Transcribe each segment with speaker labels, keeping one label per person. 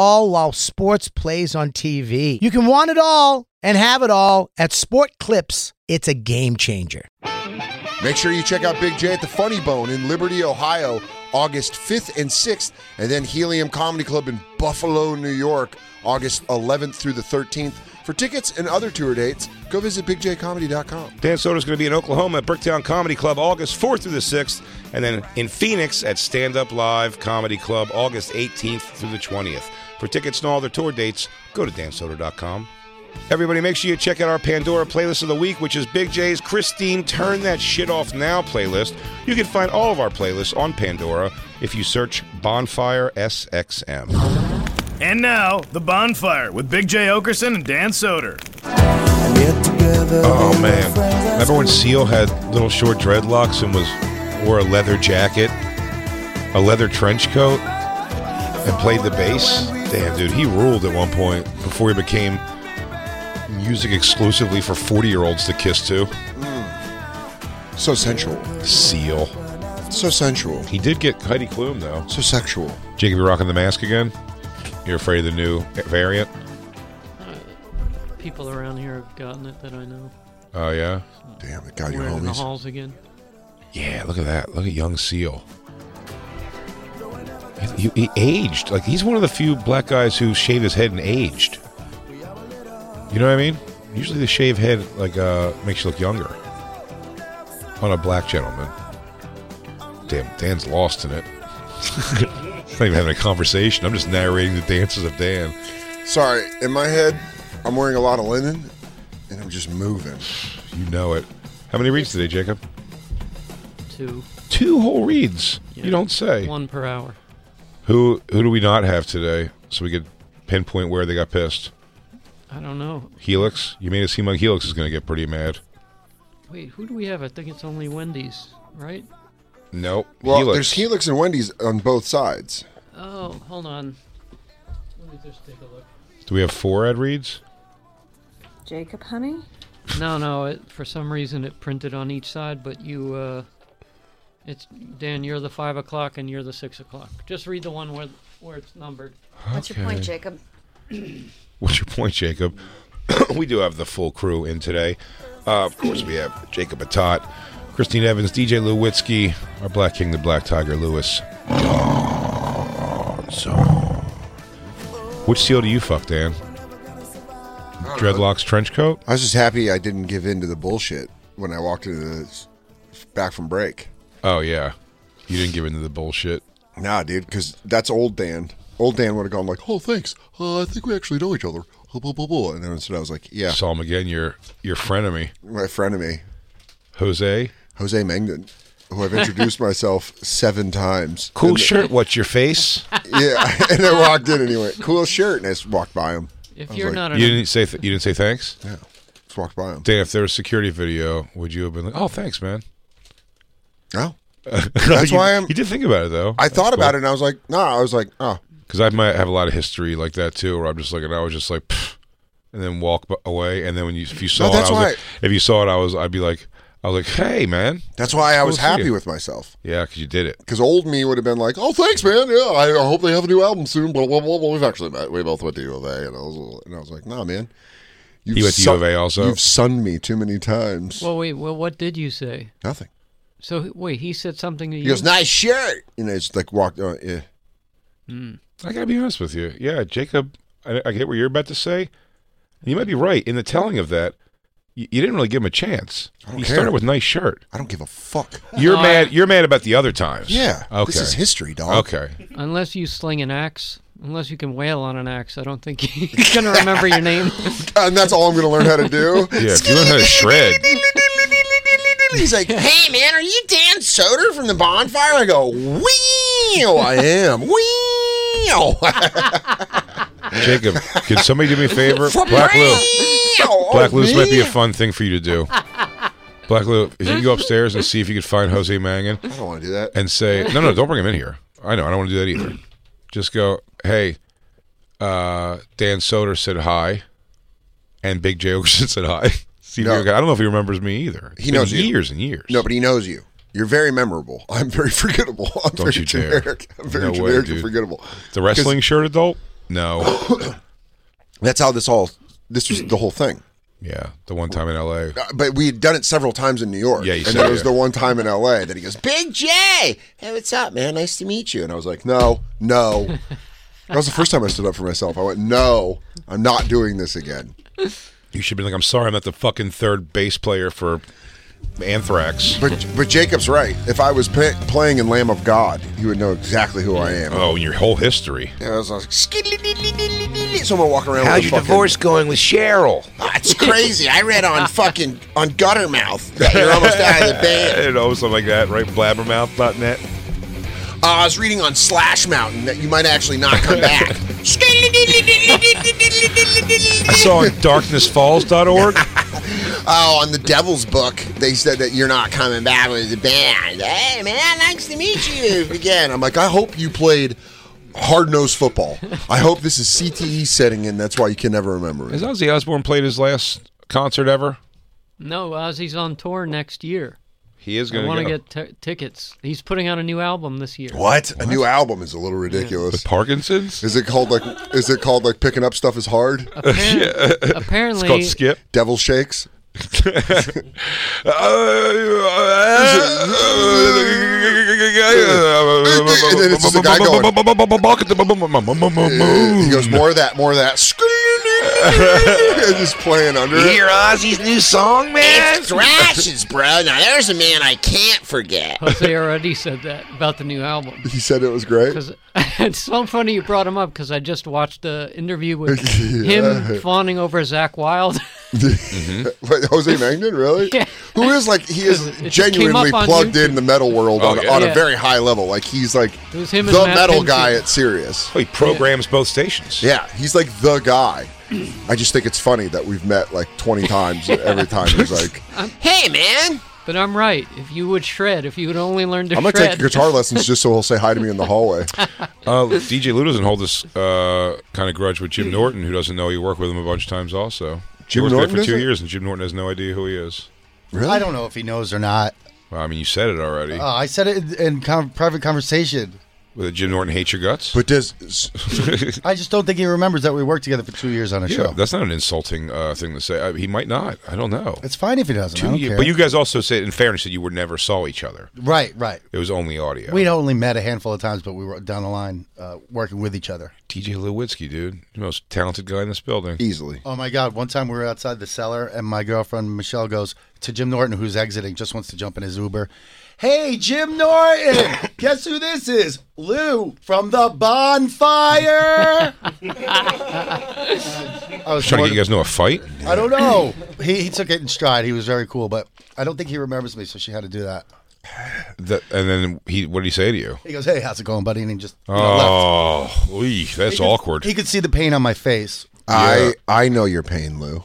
Speaker 1: all while sports plays on TV. You can want it all and have it all at Sport Clips. It's a game changer.
Speaker 2: Make sure you check out Big J at the Funny Bone in Liberty, Ohio, August 5th and 6th, and then Helium Comedy Club in Buffalo, New York, August 11th through the 13th. For tickets and other tour dates, go visit bigjcomedy.com.
Speaker 3: Dan Soder's going to be in Oklahoma at Bricktown Comedy Club August 4th through the 6th, and then in Phoenix at Stand Up Live Comedy Club August 18th through the 20th. For tickets and all their tour dates, go to dansoder.com. Everybody, make sure you check out our Pandora playlist of the week, which is Big J's Christine Turn That Shit Off Now playlist. You can find all of our playlists on Pandora if you search Bonfire SXM.
Speaker 4: And now, The Bonfire with Big J. Okerson and Dan Soder.
Speaker 3: Oh, man. Remember when Seal had little short dreadlocks and was wore a leather jacket, a leather trench coat, and played the bass? Damn, dude, he ruled at one point before he became music exclusively for 40 year olds to kiss to.
Speaker 2: Mm. So sensual.
Speaker 3: Seal.
Speaker 2: So sensual.
Speaker 3: He did get Heidi Klum, though.
Speaker 2: So sexual.
Speaker 3: Jacob, you rocking the mask again? You're afraid of the new variant?
Speaker 5: People around here have gotten it that I know.
Speaker 3: Oh, yeah?
Speaker 2: Damn it, God, your
Speaker 5: Wearing in the
Speaker 2: homies.
Speaker 5: halls again.
Speaker 3: Yeah, look at that. Look at young Seal. He, he aged. Like, he's one of the few black guys who shaved his head and aged. You know what I mean? Usually the shave head, like, uh, makes you look younger. On a black gentleman. Damn, Dan's lost in it. Not even having a conversation. I'm just narrating the dances of Dan.
Speaker 2: Sorry, in my head, I'm wearing a lot of linen, and I'm just moving.
Speaker 3: You know it. How many reads today, Jacob?
Speaker 5: Two.
Speaker 3: Two whole reads. You
Speaker 5: Yeah.
Speaker 3: don't say.
Speaker 5: One per hour.
Speaker 3: Who who do we not have today? So we could pinpoint where they got pissed.
Speaker 5: I don't know.
Speaker 3: Helix, you made it seem like Helix is going to get pretty mad.
Speaker 5: Wait, who do we have? I think it's only Wendy's, right?
Speaker 3: Nope.
Speaker 2: Well, there's Helix and Wendy's on both sides.
Speaker 5: Oh, hold on. Let me just take a look.
Speaker 3: Do we have four ad reads?
Speaker 6: Jacob, honey?
Speaker 5: No, no. It, for some reason, it printed on each side, but you, uh, it's Dan. You're the five o'clock, and you're the six o'clock. Just read the one where where it's numbered.
Speaker 6: What's your point, Jacob?
Speaker 3: What's your point, Jacob? we do have the full crew in today. Uh, of course, we have Jacob Atat, Christine Evans, DJ Lewitsky, our Black King, the Black Tiger Lewis. So- Which seal do you fuck, Dan? Dreadlocks trench coat?
Speaker 2: I was just happy I didn't give in to the bullshit when I walked into the back from break.
Speaker 3: Oh, yeah. You didn't give in to the bullshit.
Speaker 2: Nah, dude, because that's old Dan. Old Dan would have gone like, "Oh, thanks. Uh, I think we actually know each other." Blah, blah, blah, blah. And then instead, I was like, "Yeah,
Speaker 3: Saw him again, your, your frenemy.
Speaker 2: my frenemy,
Speaker 3: Jose?
Speaker 2: Jose Mangdon, who I've introduced myself seven times."
Speaker 3: Cool
Speaker 2: And-
Speaker 3: shirt, what's your face?
Speaker 2: Yeah, and I walked in anyway. Cool shirt, and I just walked by him.
Speaker 5: If
Speaker 2: I was
Speaker 5: you're
Speaker 2: like,
Speaker 5: not an
Speaker 3: You didn't say th- you didn't say thanks,
Speaker 2: Yeah, just walked by him.
Speaker 3: Dan. If there was security video, would you have been like, "Oh, thanks, man"?
Speaker 2: Oh, that's why I'm.
Speaker 3: You did think about it though.
Speaker 2: I thought about it, and I was like, "Nah." I was like, "Oh,
Speaker 3: because I might have a lot of history like that too, where I'm just like, and I was just like, "Pfft," and then walk b- away, and then when you if you saw
Speaker 2: No,
Speaker 3: it,
Speaker 2: that's
Speaker 3: I was like,
Speaker 2: why-
Speaker 3: if you saw it, I was I'd be like, I was like, "Hey, man."
Speaker 2: that's why I was
Speaker 3: Cool to see
Speaker 2: happy
Speaker 3: you.
Speaker 2: with myself."
Speaker 3: Yeah, because you did it.
Speaker 2: Because old me would have been like, "Oh, thanks, man. Yeah, I I hope they have a new album soon." Blah blah blah. blah. We've actually met. We both went to U of A, and I was, and I was like, "Nah, man." You've
Speaker 3: He went to U of A also?
Speaker 2: You've sunned me too many times.
Speaker 5: well, wait. Well, what did you say?
Speaker 2: Nothing.
Speaker 5: So wait, he said something to
Speaker 2: He
Speaker 5: you. Hmm.
Speaker 2: goes, "Nice shirt," and I just like walked. Uh, yeah.
Speaker 3: I gotta be honest with you. Yeah, Jacob, I, I get what you're about to say. You might be right in the telling of that. You, you didn't really give him a chance.
Speaker 2: I don't
Speaker 3: You
Speaker 2: care.
Speaker 3: started with nice shirt.
Speaker 2: I don't give a fuck.
Speaker 3: You're
Speaker 5: No, I-
Speaker 3: mad. You're mad about the other times.
Speaker 2: Yeah.
Speaker 3: Okay.
Speaker 2: This is history, dog.
Speaker 3: okay.
Speaker 5: Unless you sling an axe, unless you can wail on an axe, I don't think he's gonna remember your name.
Speaker 2: And that's all I'm going to learn how to do.
Speaker 3: Yeah. If you learn how to shred,
Speaker 2: He's like, hey, man, are you Dan Soder from the bonfire? I go, wow, I am. Wow.
Speaker 3: Jacob, can somebody do me a favor?
Speaker 2: From
Speaker 3: Black Lou.
Speaker 2: Wow.
Speaker 3: Black Lou's might be a fun thing for you to do. Black Lou, if you can go upstairs and see if you can find Jose Mangan
Speaker 2: I don't want to do that.
Speaker 3: and say, no, no, don't bring him in here. I know. I don't want to do that either. Just go, hey, uh, Dan Soder said hi, and Big J Ogerson said hi. See if
Speaker 2: No.
Speaker 3: you're okay. I don't know if he remembers me either. It's
Speaker 2: He
Speaker 3: been
Speaker 2: knows you.
Speaker 3: years and years.
Speaker 2: No, but he knows you. You're very memorable. I'm very forgettable. I'm
Speaker 3: Don't
Speaker 2: very
Speaker 3: you dare.
Speaker 2: generic. I'm very
Speaker 3: No way,
Speaker 2: generic and
Speaker 3: dude.
Speaker 2: forgettable.
Speaker 3: the wrestling shirt adult? No.
Speaker 2: That's how this all. This was the whole thing.
Speaker 3: yeah, the one time in L.A.
Speaker 2: Uh, But we had done it several times in New York.
Speaker 3: Yeah, you
Speaker 2: and
Speaker 3: said,
Speaker 2: there was
Speaker 3: yeah.
Speaker 2: the one time in L.A. that he goes, "Big J, hey, what's up, man? Nice to meet you." And I was like, "No, no." that was the first time I stood up for myself. I went, "No, I'm not doing this again."
Speaker 3: You should be like, I'm sorry, I'm not the fucking third bass player for Anthrax.
Speaker 2: But but Jacob's right. If I was pa- playing in Lamb of God, he would know exactly who I am.
Speaker 3: Oh, and your whole history.
Speaker 2: And I was like, "Skiddly-dly-dly-dly-dly-dly." so I'm gonna walk around.
Speaker 7: How's
Speaker 2: with a
Speaker 7: your
Speaker 2: fucking-
Speaker 7: divorce going with Cheryl?
Speaker 2: That's crazy. I read on fucking on Guttermouth that you're almost out of the
Speaker 3: I
Speaker 2: band.
Speaker 3: don't know, something like that, right? Blabbermouth.net.
Speaker 2: Uh, I was reading on Slash Mountain that you might actually not come back.
Speaker 3: I saw on darknessfalls.org.
Speaker 2: oh, on the Devil's Book, they said that you're not coming back with the band. Hey, man, nice to meet you again. I'm like, I hope you played hard nosed football. I hope this is CTE setting in. That's why you can never remember
Speaker 3: Has
Speaker 2: it.
Speaker 3: Ozzy Osbourne played his last concert ever?
Speaker 5: no, Ozzy's on tour next year.
Speaker 3: He is
Speaker 5: I
Speaker 3: going
Speaker 5: want
Speaker 3: to
Speaker 5: to
Speaker 3: go.
Speaker 5: get t- tickets. He's putting out a new album this year.
Speaker 2: What? A new album is a little ridiculous.
Speaker 3: With Parkinson's?
Speaker 2: Is it called like? Is it called like picking up stuff is hard?
Speaker 5: Appar-
Speaker 3: It's
Speaker 5: Apparently,
Speaker 3: called Skip.
Speaker 2: Devil shakes.
Speaker 3: Uh,
Speaker 2: And then it's just a guy He goes more of that, more of that. And just playing under
Speaker 7: You
Speaker 2: it.
Speaker 7: hear Ozzy's new song, man?
Speaker 2: thrashes, bro. Now there's a man I can't forget.
Speaker 5: Jose already said that about the new album.
Speaker 2: He said it was great.
Speaker 5: Because it's so funny you brought him up because I just watched the interview with him fawning over Zach Wild.
Speaker 2: Mm-hmm. Wait, Jose Magnan, really?
Speaker 5: Yeah.
Speaker 2: Who is like he is
Speaker 5: It just came
Speaker 2: genuinely
Speaker 5: up on
Speaker 2: plugged in
Speaker 5: YouTube.
Speaker 2: the metal world on,
Speaker 3: Okay.
Speaker 2: on a
Speaker 5: Yeah.
Speaker 2: very high level. Like he's like
Speaker 5: It was him and
Speaker 2: the
Speaker 5: Matt
Speaker 2: metal
Speaker 5: Pinfield.
Speaker 2: guy at Sirius.
Speaker 3: He programs both stations.
Speaker 2: Yeah, he's like the guy. I just think it's funny that we've met like 20 times. and Every time he's like, "Hey, man,
Speaker 5: but I'm right. If you would shred, if you would only learn to
Speaker 2: I'm gonna
Speaker 5: shred.
Speaker 2: take guitar lessons just so he'll say hi to me in the hallway."
Speaker 3: Uh, DJ Lou doesn't hold this uh, kind of grudge with Jim Norton, who doesn't know he worked with him a bunch of times. Also,
Speaker 2: Hmm. Jim
Speaker 3: he worked
Speaker 2: Norton
Speaker 3: with him for two
Speaker 2: doesn't?
Speaker 3: years, and Jim Norton has no idea who he is.
Speaker 2: Really?
Speaker 8: I don't know if he knows or not.
Speaker 3: Well, I mean, you said it already.
Speaker 8: Uh, I said it in con- private conversation.
Speaker 3: With Jim Norton hates your guts.
Speaker 2: But does
Speaker 8: I just don't think he remembers that we worked together for two years on a
Speaker 3: yeah,
Speaker 8: show.
Speaker 3: that's not an insulting uh, thing to say. I, he might not. I don't know.
Speaker 8: It's fine if he doesn't. I
Speaker 3: Two
Speaker 8: don't
Speaker 3: years-
Speaker 8: care.
Speaker 3: but you guys also said, in fairness, that you were never saw each other.
Speaker 8: right, right.
Speaker 3: It was only audio.
Speaker 8: We'd only met a handful of times, but we were down the line uh, working with each other.
Speaker 3: DJ Lewinsky, dude, the most talented guy in this building.
Speaker 2: easily?
Speaker 8: Oh my God! One time we were outside the cellar, and my girlfriend Michelle goes to Jim Norton, who's exiting, just wants to jump in his Uber. Hey, Jim Norton! Guess who this is? Lou from the bonfire. I was
Speaker 3: Trying to get
Speaker 8: more-
Speaker 3: you guys to know a fight.
Speaker 8: I don't know. He, he took it in stride. He was very cool, but I don't think he remembers me, so she had to do that.
Speaker 3: That, and then he, what did he say to you?
Speaker 8: He goes, "Hey, how's it going, buddy?" And he just you know, left.
Speaker 3: Oh, oy, that's awkward.
Speaker 8: He could see the pain on my face.
Speaker 2: I I know your pain, Lou.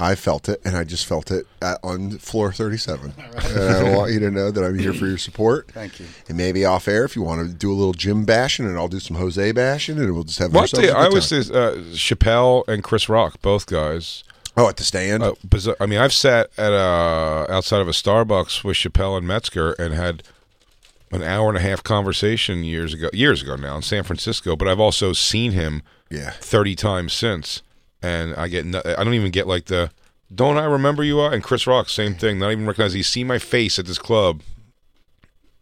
Speaker 2: I felt it, and I just felt it at, on floor 37. And I want you to know that I'm here for your support.
Speaker 8: Thank you.
Speaker 2: And maybe off air, if you want to do a little Jim bashing, and I'll do some Jose bashing, and we'll just have
Speaker 3: What
Speaker 2: ourselves
Speaker 3: the,
Speaker 2: a good
Speaker 3: I always
Speaker 2: time.
Speaker 3: say uh, Chappelle and Chris Rock, both guys.
Speaker 2: Oh, at the stand.
Speaker 3: Uh, bizarre, I mean, I've sat at uh outside of a Starbucks with Chappelle and Metzger and had an hour and a half conversation years ago, years ago now in San Francisco. But I've also seen him
Speaker 2: Yeah.
Speaker 3: thirty times since, and I get no, I don't even get like the don't I remember you are and Chris Rock same thing. Not even recognize he's seen my face at this club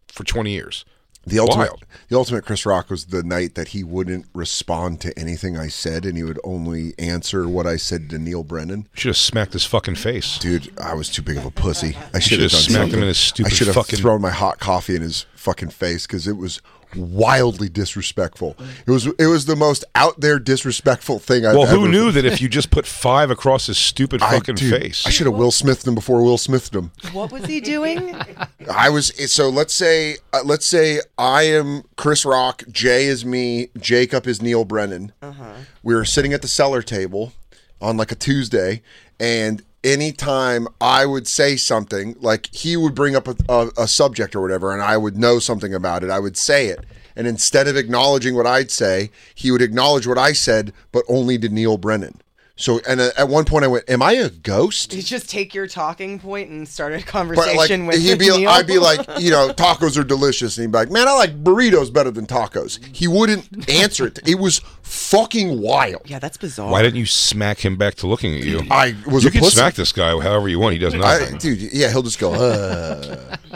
Speaker 3: for twenty years.
Speaker 2: The ultimate,
Speaker 3: Wild.
Speaker 2: the ultimate Chris Rock was the night that he wouldn't respond to anything I said, and he would only answer what I said to Neil Brennan.
Speaker 3: Should have smacked his fucking face.
Speaker 2: Dude, I was too big of a pussy. I should
Speaker 3: should've
Speaker 2: have done
Speaker 3: smacked him
Speaker 2: something.
Speaker 3: in his stupid
Speaker 2: I should have
Speaker 3: fucking-
Speaker 2: thrown my hot coffee in his fucking face because it was wildly disrespectful. It was it was the most out there disrespectful thing I've
Speaker 3: well,
Speaker 2: ever.
Speaker 3: who knew that if you just put five across his stupid
Speaker 2: I,
Speaker 3: fucking
Speaker 2: dude,
Speaker 3: face?
Speaker 2: I should have Will Smithed him before Will Smithed him.
Speaker 9: What was he doing?
Speaker 2: I was so let's say uh, let's say I am Chris Rock, Jay is me, Jacob is Neil Brennan.
Speaker 10: Uh-huh.
Speaker 2: We were sitting at the cellar table on like a Tuesday, and anytime I would say something, like he would bring up a, a, a subject or whatever, and I would know something about it, I would say it. And instead of acknowledging what I'd say, he would acknowledge what I said, but only to Neil Brennan. So, and uh, at one point I went, "Am I a ghost?"
Speaker 9: He'd just take your talking point and start a
Speaker 2: But like
Speaker 9: conversation with
Speaker 2: he'd be,
Speaker 9: Neil.
Speaker 2: I'd be like, you know, tacos are delicious, and he'd be like, man, I like burritos better than tacos. He wouldn't answer it. It was fucking wild.
Speaker 9: yeah, that's bizarre.
Speaker 3: Why didn't you smack him back to looking at you?
Speaker 2: I was
Speaker 3: you
Speaker 2: a
Speaker 3: can
Speaker 2: pussy.
Speaker 3: smack this guy however you want. He does
Speaker 2: I,
Speaker 3: nothing.
Speaker 2: dude, yeah, he'll just go. Uh.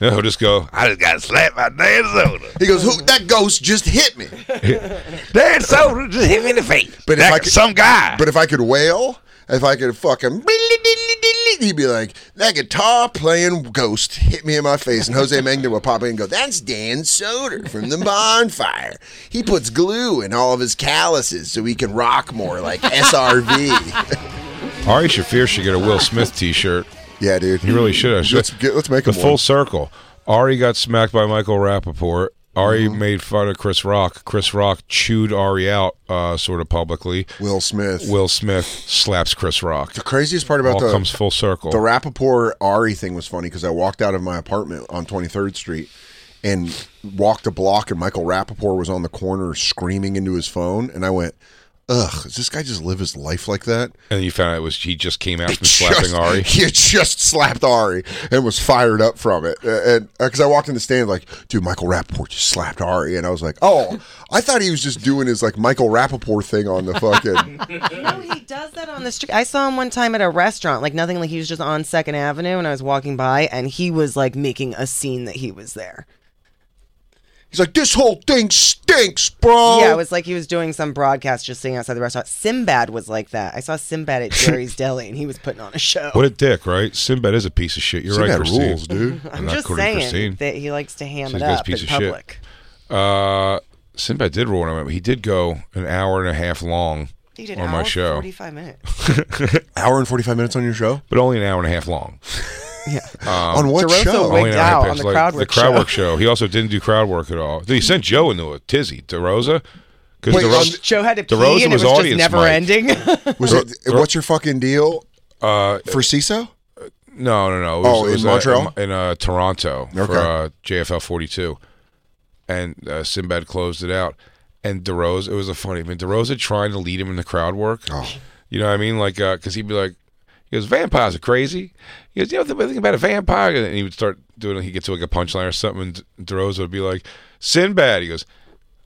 Speaker 3: No, he'll just go.
Speaker 7: I just got slapped by Dan Soda.
Speaker 2: He goes, who? That ghost just hit me.
Speaker 7: Dan Soda just hit me in the face.
Speaker 2: But if
Speaker 7: That-
Speaker 2: I could-
Speaker 7: some guy.
Speaker 2: But if I could wail, if I could fucking, he'd be like, that guitar playing ghost hit me in my face, and Jose Mangda would pop in and go, that's Dan Soder from the Bonfire. He puts glue in all of his calluses so he can rock more like SRV.
Speaker 3: Ari Shafir should get a Will Smith T-shirt.
Speaker 2: Yeah, dude.
Speaker 3: He really should. have.
Speaker 2: Let's get, let's make
Speaker 3: the
Speaker 2: him
Speaker 3: full
Speaker 2: one.
Speaker 3: circle. Ari got smacked by Michael Rappaport. Ari
Speaker 2: Mm-hmm.
Speaker 3: made fun of Chris Rock. Chris Rock chewed Ari out, uh, sort of publicly.
Speaker 2: Will Smith.
Speaker 3: Will Smith slaps Chris Rock.
Speaker 2: The craziest part about
Speaker 3: All
Speaker 2: the
Speaker 3: comes full circle.
Speaker 2: the Rappaport Ari thing was funny because I walked out of my apartment on 23rd Street and walked a block, and Michael Rappaport was on the corner screaming into his phone, and I went. Ugh, does this guy just live his life like that?
Speaker 3: and you found out it was he just came out from slapping
Speaker 2: Just-
Speaker 3: Ari.
Speaker 2: He had just slapped Ari and was fired up from it. Uh, And because I walked in the stand, like, dude, Michael Rappaport just slapped Ari. And I was like, oh, I thought he was just doing his like Michael Rappaport thing on the fucking
Speaker 9: No, he does that on the street. I saw him one time at a restaurant, like nothing. Like he was just on Second Avenue, and I was walking by, and he was like making a scene that he was there.
Speaker 2: He's like, this whole thing stinks, bro.
Speaker 9: Yeah, it was like he was doing some broadcast just sitting outside the restaurant. Sinbad was like that. I saw Sinbad at Jerry's Deli, and he was putting on a show.
Speaker 3: What a dick, right? Sinbad is a piece of shit. You're
Speaker 2: Sinbad
Speaker 3: right, Christine.
Speaker 2: rules, dude.
Speaker 3: I'm
Speaker 9: I'm
Speaker 3: not
Speaker 9: just
Speaker 3: quoting
Speaker 9: saying
Speaker 3: Christine.
Speaker 9: that he likes to ham
Speaker 3: So
Speaker 9: it
Speaker 3: this guy's
Speaker 9: up
Speaker 3: a piece of
Speaker 9: in
Speaker 3: shit.
Speaker 9: public.
Speaker 3: Uh, Sinbad did ruin him. He did go an hour and a half long
Speaker 9: He did
Speaker 3: on
Speaker 9: hour
Speaker 3: my show,
Speaker 9: forty-five minutes.
Speaker 2: Hour and 45 minutes on your show?
Speaker 3: but only an hour and a half long. Um,
Speaker 2: on what
Speaker 9: DeRosa
Speaker 2: show?
Speaker 9: Wigged
Speaker 3: Only an hour and a half
Speaker 9: out
Speaker 3: long.
Speaker 9: on the crowd
Speaker 3: the
Speaker 9: work
Speaker 3: crowd
Speaker 9: show.
Speaker 3: work show. He also didn't do crowd work at all. He sent Joe into a tizzy. DeRosa, because
Speaker 2: Wait,
Speaker 3: DeRosa,
Speaker 9: Joe had to pee,
Speaker 3: DeRosa
Speaker 9: and
Speaker 3: was
Speaker 9: it was just
Speaker 3: audience
Speaker 9: never
Speaker 3: mic.
Speaker 9: ending.
Speaker 2: Was it, what's your fucking deal
Speaker 3: uh,
Speaker 2: for CISO?
Speaker 3: No, no, no. It
Speaker 2: Oh,
Speaker 3: was, it
Speaker 2: in
Speaker 3: was,
Speaker 2: Montreal?
Speaker 3: uh, in, in uh, Toronto for
Speaker 2: Okay.
Speaker 3: uh, JFL 42, and uh, Sinbad closed it out. And DeRose, it was a funny. I mean, DeRose trying to lead him in the crowd work.
Speaker 2: Oh.
Speaker 3: You know what I mean? Like, because he'd be like, he goes, vampires are crazy. He goes, you know the thing about a vampire, and he would start doing. He gets to like a punchline or something, and DeRose would be like, Sinbad. He goes,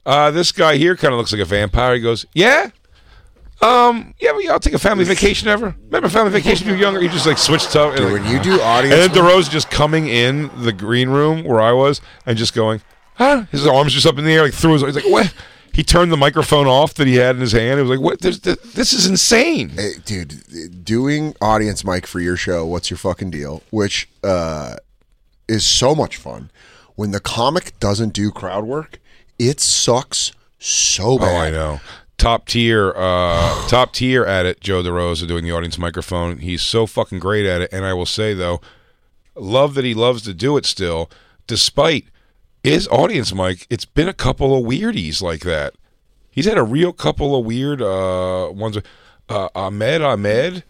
Speaker 3: uh, this guy here kind of looks like a vampire. He goes, yeah. Um, yeah, but y'all take a family vacation ever? Remember family vacation when you were younger? You just like switched up. and,
Speaker 2: Dude,
Speaker 3: like,
Speaker 2: when you do
Speaker 3: and then
Speaker 2: audience,
Speaker 3: DeRose just coming in the green room where I was and just going, huh? His arms just up in the air, like threw his. He's like, what? He turned the microphone off that he had in his hand. It was like, what? There's, th- this is insane.
Speaker 2: Eh, dude, doing audience mic for your show, what's your fucking deal? Which uh, is so much fun. When the comic doesn't do crowd work, it sucks so
Speaker 3: Oh, I
Speaker 2: bad.
Speaker 3: know. Top tier, uh, top tier at it. Joe DeRosa doing the audience microphone. He's so fucking great at it. And I will say though, love that he loves to do it still, despite his audience mic. It's been a couple of weirdies like that. He's had a real couple of weird uh, ones. Uh, Ahmed Ahmed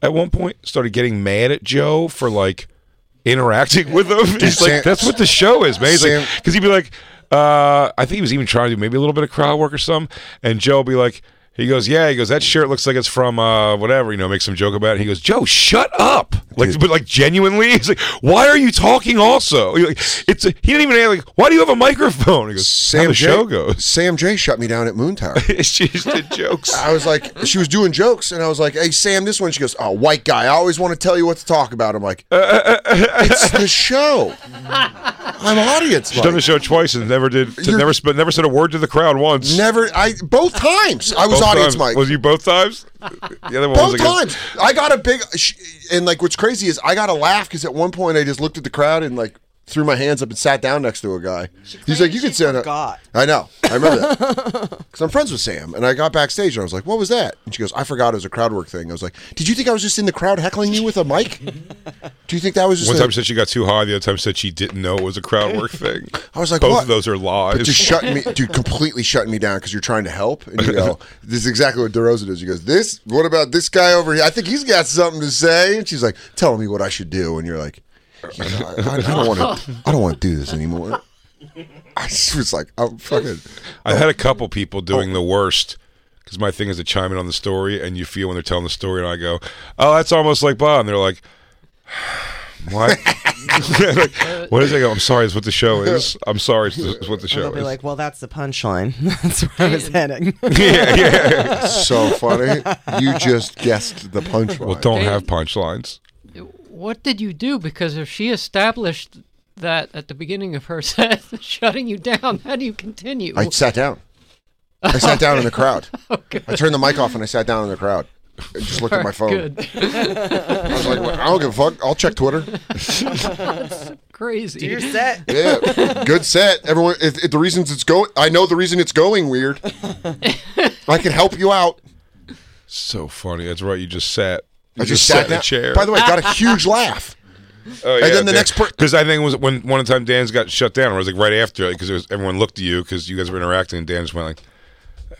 Speaker 3: at one point started getting mad at Joe for like interacting with him. He's
Speaker 2: Sam-
Speaker 3: like, that's what the show is, man. He's
Speaker 2: Sam-
Speaker 3: like, because he'd be like, uh, I think he was even trying to do maybe a little bit of crowd work or something. And Joe would be like, he goes, yeah. He goes, that shirt looks like it's from uh, whatever. You know, make some joke about it. he goes, Joe, shut up. Like, but like genuinely, he's like, why are you talking? Also, You're like, it's a, he didn't even like, why do you have a microphone? He goes, Sam how the
Speaker 2: J-
Speaker 3: show goes.
Speaker 2: Sam J shut me down at Moon Tower.
Speaker 3: it's just the jokes.
Speaker 2: I was like, she was doing jokes, and I was like, "Hey, Sam, this one." She goes, "Oh, white
Speaker 3: Uh,
Speaker 2: guy. I always want to tell you what to talk about." I'm like, "It's the show." I'm audience.
Speaker 3: She's done the show twice and never did.
Speaker 2: You're-
Speaker 3: Never sp- never said a word to the crowd once.
Speaker 2: Never, I both times I was
Speaker 3: Both
Speaker 2: audience
Speaker 3: times.
Speaker 2: mic.
Speaker 3: Was you both times? The other one was
Speaker 2: both
Speaker 3: against-
Speaker 2: times. I got a big, sh- and like what's crazy is I got a laugh because at one point I just looked at the crowd and like threw my hands up and sat down next to a guy. He's like, "You can sit." Up. I know. I remember that because I'm friends with Sam, and I got backstage and I was like, "What was that?" And she goes, "I forgot it was a crowd work thing." I was like, "Did you think I was just in the crowd heckling you with a mic? Do you think that was just
Speaker 3: One
Speaker 2: a-
Speaker 3: time she said she got too high. The other time she said she didn't know it was a crowd work thing.
Speaker 2: I was like,
Speaker 3: both
Speaker 2: what?
Speaker 3: of those are lies.
Speaker 2: But you're shutting me, dude, completely shutting me down because you're trying to help. And you go, this is exactly what DeRosa does. He goes, this, what about this guy over here? I think he's got something to say. And she's like, tell me what I should do. And you're like, "Yeah, I, I don't want to, I don't want to do this anymore. I just was like, "Oh, I'm fucking.
Speaker 3: I've had a couple
Speaker 2: Oh.
Speaker 3: people doing the worst because my thing is to chime in on the story, and you feel when they're telling the story, and I go, "Oh, that's almost like Bob," and they're like, "What?" Like, what is it? I go, I'm sorry. It's what the show is. I'm sorry. It's, the, it's what the
Speaker 9: And
Speaker 3: show
Speaker 9: they'll be
Speaker 3: is.
Speaker 9: like, well, that's the punchline. that's where I was heading.
Speaker 3: yeah, yeah.
Speaker 2: So funny. You just guessed the punchline.
Speaker 3: Well, don't have punchlines.
Speaker 5: What did you do? Because if she established that at the beginning of her set, shutting you down, how do you continue?
Speaker 2: I sat down. I sat down in the crowd. I turned the mic off and I sat down in the crowd. I just looked at my phone.
Speaker 5: Good.
Speaker 2: I was like, I don't give a fuck. I'll check Twitter.
Speaker 5: Crazy.
Speaker 9: You're set.
Speaker 2: Yeah, good set. Everyone, if, if the reasons it's going, I know the reason it's going weird. I can help you out.
Speaker 3: So funny. That's right. You just sat. You
Speaker 2: I just,
Speaker 3: sat
Speaker 2: sat
Speaker 3: in a
Speaker 2: down.
Speaker 3: chair. Oh,
Speaker 2: By the way, got a huge laugh. and then the next per-
Speaker 3: because I think it was when one time Dan's got shut down. It was like right after because was everyone looked at you because you guys were interacting, and Dan just went like,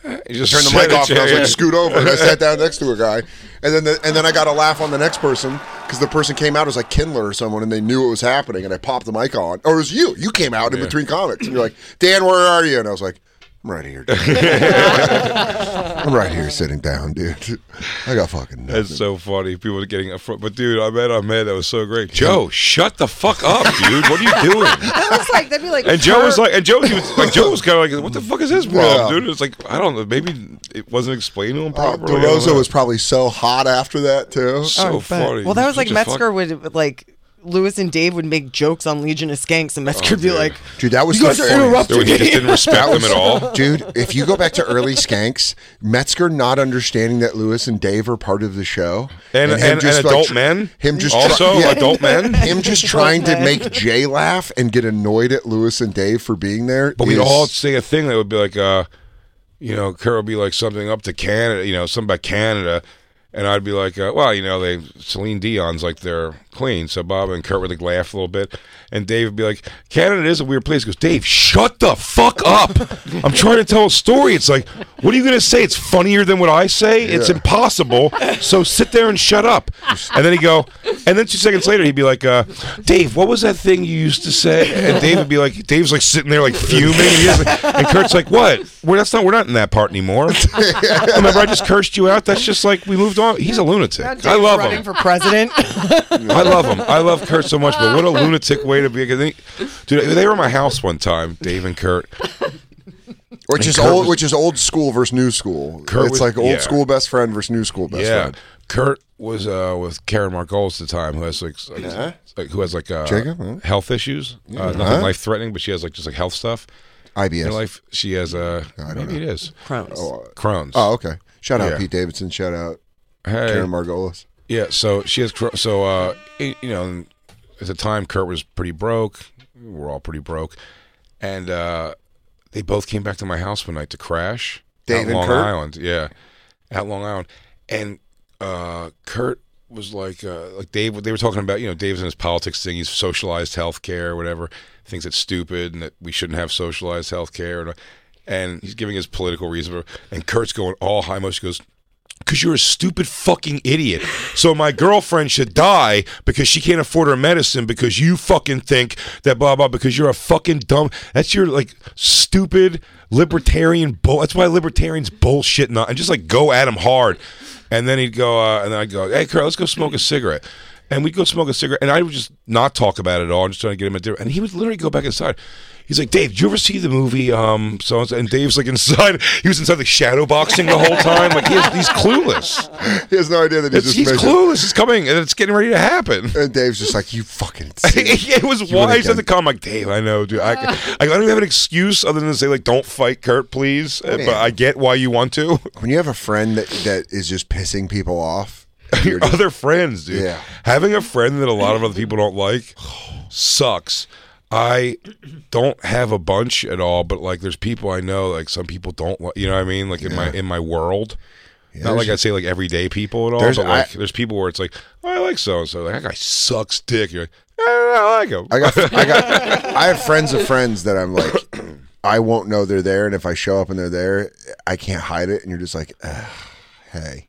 Speaker 3: eh, he just
Speaker 2: Turned the
Speaker 3: sat
Speaker 2: mic
Speaker 3: in a
Speaker 2: off, and I was
Speaker 3: chair.
Speaker 2: like, scoot over. And I sat down next to a guy, and then the, and then I got a laugh on the next person because the person came out it was like Kindler or someone, and they knew it was happening, and I popped the mic on, or it was you. You came out in between comics, and you're like, Dan, where are you? And I was like. I'm right here. Dude. I'm right here sitting down, dude. I got fucking nothing.
Speaker 3: That's so funny. People are getting up front. But dude, I met I met. That was so great. Joe, shut the fuck up, dude. What are you doing?
Speaker 9: I was like, that'd be like.
Speaker 3: And Joe was
Speaker 9: her-
Speaker 3: like, and Joe he was like, Joe was kind of like, what the fuck is his problem,
Speaker 2: Yeah.
Speaker 3: dude? It's like I don't know. Maybe it wasn't explained to him
Speaker 2: Oh,
Speaker 3: properly. I don't
Speaker 2: DeRosa
Speaker 3: know.
Speaker 2: was probably so hot after that too.
Speaker 3: so
Speaker 9: Oh, but-
Speaker 3: funny.
Speaker 9: Well, that was like
Speaker 3: Such a fuck-
Speaker 9: Metzger would like Lewis and Dave would make jokes on Legion of Skanks, and Metzger would be
Speaker 3: Oh, dude.
Speaker 9: like,
Speaker 2: Dude, that was
Speaker 9: You
Speaker 2: the
Speaker 9: guys are
Speaker 2: funniest.
Speaker 9: interrupting
Speaker 3: Dude, he just didn't respect them at all.
Speaker 2: Dude, if you go back to early skanks, Metzger not understanding that Lewis and Dave are part of the show,
Speaker 3: And and,
Speaker 2: him
Speaker 3: and,
Speaker 2: just, like,
Speaker 3: adult
Speaker 2: tr-
Speaker 3: men.
Speaker 2: him just try-
Speaker 3: also
Speaker 2: yeah.
Speaker 3: adult men.
Speaker 2: him just trying to make Jay laugh and get annoyed at Lewis and Dave for being there.
Speaker 3: But we'd
Speaker 2: is-
Speaker 3: all say a thing that would be like, uh, you know, Kurt would be like something up to Canada, you know, something about Canada. And I'd be like, uh, well, you know, they Celine Dion's like they're clean. So Bob and Kurt would like laugh a little bit. And Dave would be like, Canada is a weird place. He goes, Dave, shut the fuck up. I'm trying to tell a story. It's like, what are you going to say? It's funnier than what I say? It's impossible. So sit there and shut up. And then he'd go, and then two seconds later, he'd be like, uh, Dave, what was that thing you used to say? And Dave would be like, Dave's like sitting there like fuming. And, he's like, and Kurt's like, what? We're, that's not, we're not in that part anymore. Remember, I just cursed you out. That's just like, we moved on. He's a lunatic.
Speaker 9: "Now Dave's
Speaker 3: I love
Speaker 9: running
Speaker 3: him.
Speaker 9: for president.
Speaker 3: I love him. I love Kurt so much, but what a lunatic way to be. 'cause They, dude, they were at my house one time, Dave and Kurt.
Speaker 2: which is
Speaker 3: Kurt
Speaker 2: old,
Speaker 3: was-
Speaker 2: which is old school versus new school.
Speaker 3: Kurt
Speaker 2: it's
Speaker 3: was-
Speaker 2: like old
Speaker 3: yeah.
Speaker 2: school best friend versus new school best
Speaker 3: yeah.
Speaker 2: friend.
Speaker 3: Kurt was uh, with Karen Margolis at the time, who has like, s- like, who has like uh,
Speaker 2: Jacob, huh? Uh-huh.
Speaker 3: health issues, uh, nothing life threatening, but she has like just like health stuff.
Speaker 2: IBS.
Speaker 3: In life, she has uh, maybe it is
Speaker 9: Crohn's.
Speaker 3: Crohn's.
Speaker 2: oh, okay. Shout out
Speaker 3: Yeah.
Speaker 2: Pete Davidson. Shout out
Speaker 3: hey,
Speaker 2: Karen Margolis.
Speaker 3: yeah. So she has Cro- so uh, y- you know, and at the time Kurt was pretty broke. We're all pretty broke, and uh, they both came back to my house one night to crash.
Speaker 2: Dave
Speaker 3: out
Speaker 2: and
Speaker 3: Long
Speaker 2: Kurt?
Speaker 3: Island, yeah, at Long Island, and uh, Kurt was like, uh, like Dave. They were talking about, you know, Dave's in his politics thing. He's socialized healthcare, whatever. Thinks it's stupid and that we shouldn't have socialized healthcare, and uh, and he's giving his political reason. And Kurt's going all high most. He goes. Because you're a stupid fucking idiot. So my girlfriend should die because she can't afford her medicine because you fucking think that blah blah because you're a fucking dumb. That's your like stupid libertarian bull. That's why libertarians bullshit not and just like go at him hard. And then he'd go uh, and then I'd go, hey Kurt, let's go smoke a cigarette. and we'd go smoke a cigarette, and I would just not talk about it at all. I'm just trying to get him a dinner, and he would literally go back inside. He's like, Dave, did you ever see the movie? Um, so and Dave's like inside. He was inside like shadowboxing the whole time. Like he has, he's clueless.
Speaker 2: He has no idea that
Speaker 3: he's he's
Speaker 2: made it.
Speaker 3: clueless. It's coming, and it's getting ready to happen.
Speaker 2: And Dave's just like, you fucking.
Speaker 3: it was
Speaker 2: You would've
Speaker 3: wise at
Speaker 2: done-
Speaker 3: the come. Like Dave, I know, dude. I, I, I don't even have an excuse other than to say like, don't fight Kurt, please. Uh, But
Speaker 2: Oh, Yeah.
Speaker 3: I get why you want to.
Speaker 2: When you have a friend that, that is just pissing people off,
Speaker 3: your other friends, dude.
Speaker 2: Yeah.
Speaker 3: Having a friend that a lot of other people don't like sucks. I don't have a bunch at all, but like there's people I know, like some people don't like you know what I mean? Like in my in my world. Not
Speaker 2: there's-
Speaker 3: like I'd say like everyday people at all,
Speaker 2: there's-
Speaker 3: but like
Speaker 2: I-
Speaker 3: there's people where it's like, oh, I like so and so. Like that guy sucks dick. You're like, I don't know, I like him.
Speaker 2: I got, I got, I have friends of friends that I'm like, I won't know they're there, and if I show up and they're there, I can't hide it, and you're just like, "Ugh, hey,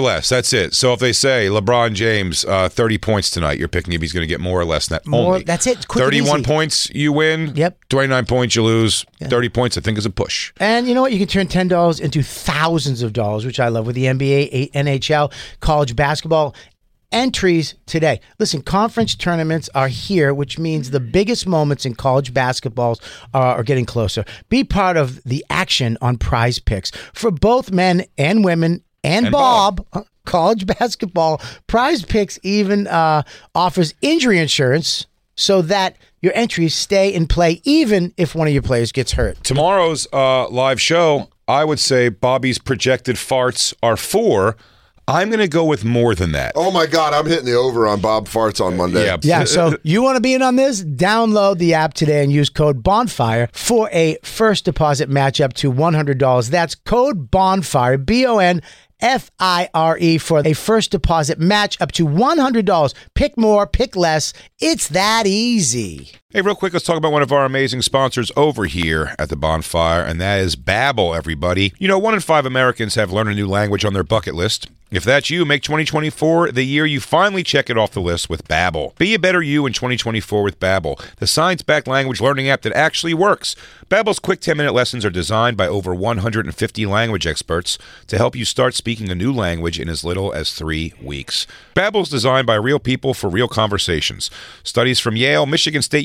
Speaker 3: less. That's it. So if they say LeBron James, uh, 30 points tonight, you're picking if he's going to get more or less than that.
Speaker 1: More-
Speaker 3: only.
Speaker 1: that's it. Quick and
Speaker 3: 31
Speaker 1: easy.
Speaker 3: points, you win.
Speaker 1: Yep.
Speaker 3: 29 points, you lose. 30 points, I think, is a push.
Speaker 1: And you know what? You can turn ten dollars into thousands of dollars, which I love with the NBA, eight- NHL, college basketball entries today. Listen, conference tournaments are here, which means the biggest moments in college basketballs are, are getting closer. Be part of the action on Prize Picks for both men and women and,
Speaker 3: And
Speaker 1: Bob.
Speaker 3: Bob.
Speaker 1: Huh? college basketball, Prize Picks even uh, offers injury insurance so that your entries stay in play even if one of your players gets hurt.
Speaker 3: Tomorrow's uh, live show, I would say Bobby's projected farts are four. I'm going to go with more than that.
Speaker 2: Oh my God, I'm hitting the over on Bob Farts on Monday.
Speaker 3: Yeah.
Speaker 1: Yeah, so you want to be in on this? Download the app today and use code BONFIRE for a first deposit match up to $100. That's code BONFIRE, B O N F I R E, for a first deposit match up to $100. Pick more, pick less. It's that easy.
Speaker 3: Hey, real quick, let's talk about one of our amazing sponsors over here at the bonfire, and that is Babbel, everybody. You know, one in five Americans have learned a new language on their bucket list. If that's you, make 2024 the year you finally check it off the list with Babbel. Be a better you in 2024 with Babbel, the science-backed language learning app that actually works. Babbel's quick 10-minute lessons are designed by over 150 language experts to help you start speaking a new language in as little as 3 weeks. Babbel's designed by real people for real conversations. Studies from Yale, Michigan State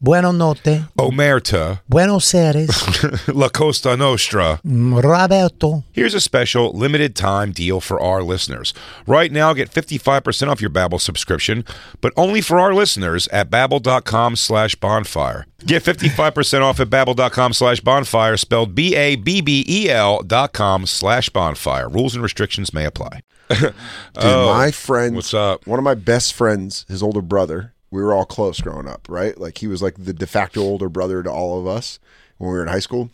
Speaker 1: Buono notte.
Speaker 3: Omerta,
Speaker 1: Buenos Aires.
Speaker 3: La Costa Nostra.
Speaker 1: Roberto.
Speaker 3: Here's a special limited time deal for our listeners. Right now, get 55% off your Babbel subscription, but only for our listeners at babbel.com slash bonfire. Get 55% off at babbel.com slash bonfire, spelled B-A-B-B-E-L E dot com slash bonfire. Rules and restrictions may apply. Oh,
Speaker 2: Dude, my friend,
Speaker 3: what's up?
Speaker 2: One of my best friends, his older brother. We were all close growing up, right? Like he was like the de facto older brother to all of us when we were in high school.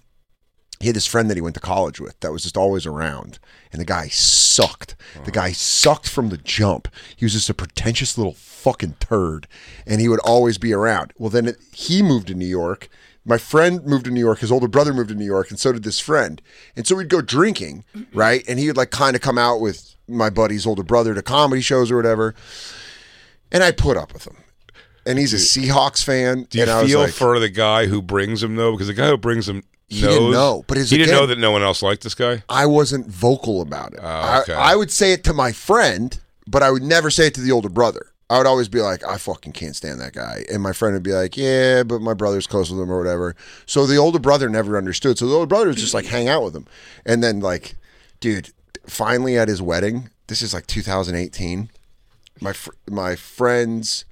Speaker 2: He had this friend that he went to college with that was just always around, and the guy sucked. The guy sucked from the jump. He was just a pretentious little fucking turd, and he would always be around. Well, then it, he moved to New York. My friend moved to New York. His older brother moved to New York, and so did this friend. And so we'd go drinking, right? And he would like kind of come out with my buddy's older brother to comedy shows or whatever. And I put up with him. And he's a Seahawks fan.
Speaker 3: Do you
Speaker 2: and I was
Speaker 3: feel
Speaker 2: like,
Speaker 3: for the guy who brings him, though? Because the guy who brings him
Speaker 2: He
Speaker 3: knows.
Speaker 2: didn't know, but it's
Speaker 3: he didn't
Speaker 2: again-
Speaker 3: know that no one else liked this guy?
Speaker 2: I wasn't vocal about it.
Speaker 3: okay.
Speaker 2: I, I would say it to my friend, but I would never say it to the older brother. I would always be like, I fucking can't stand that guy. And my friend would be like, Yeah, but my brother's close with him or whatever. So the older brother never understood. So the older brother would just like hang out with him. And then, like, dude, finally at his wedding, this is like 2018, my, fr- my friend's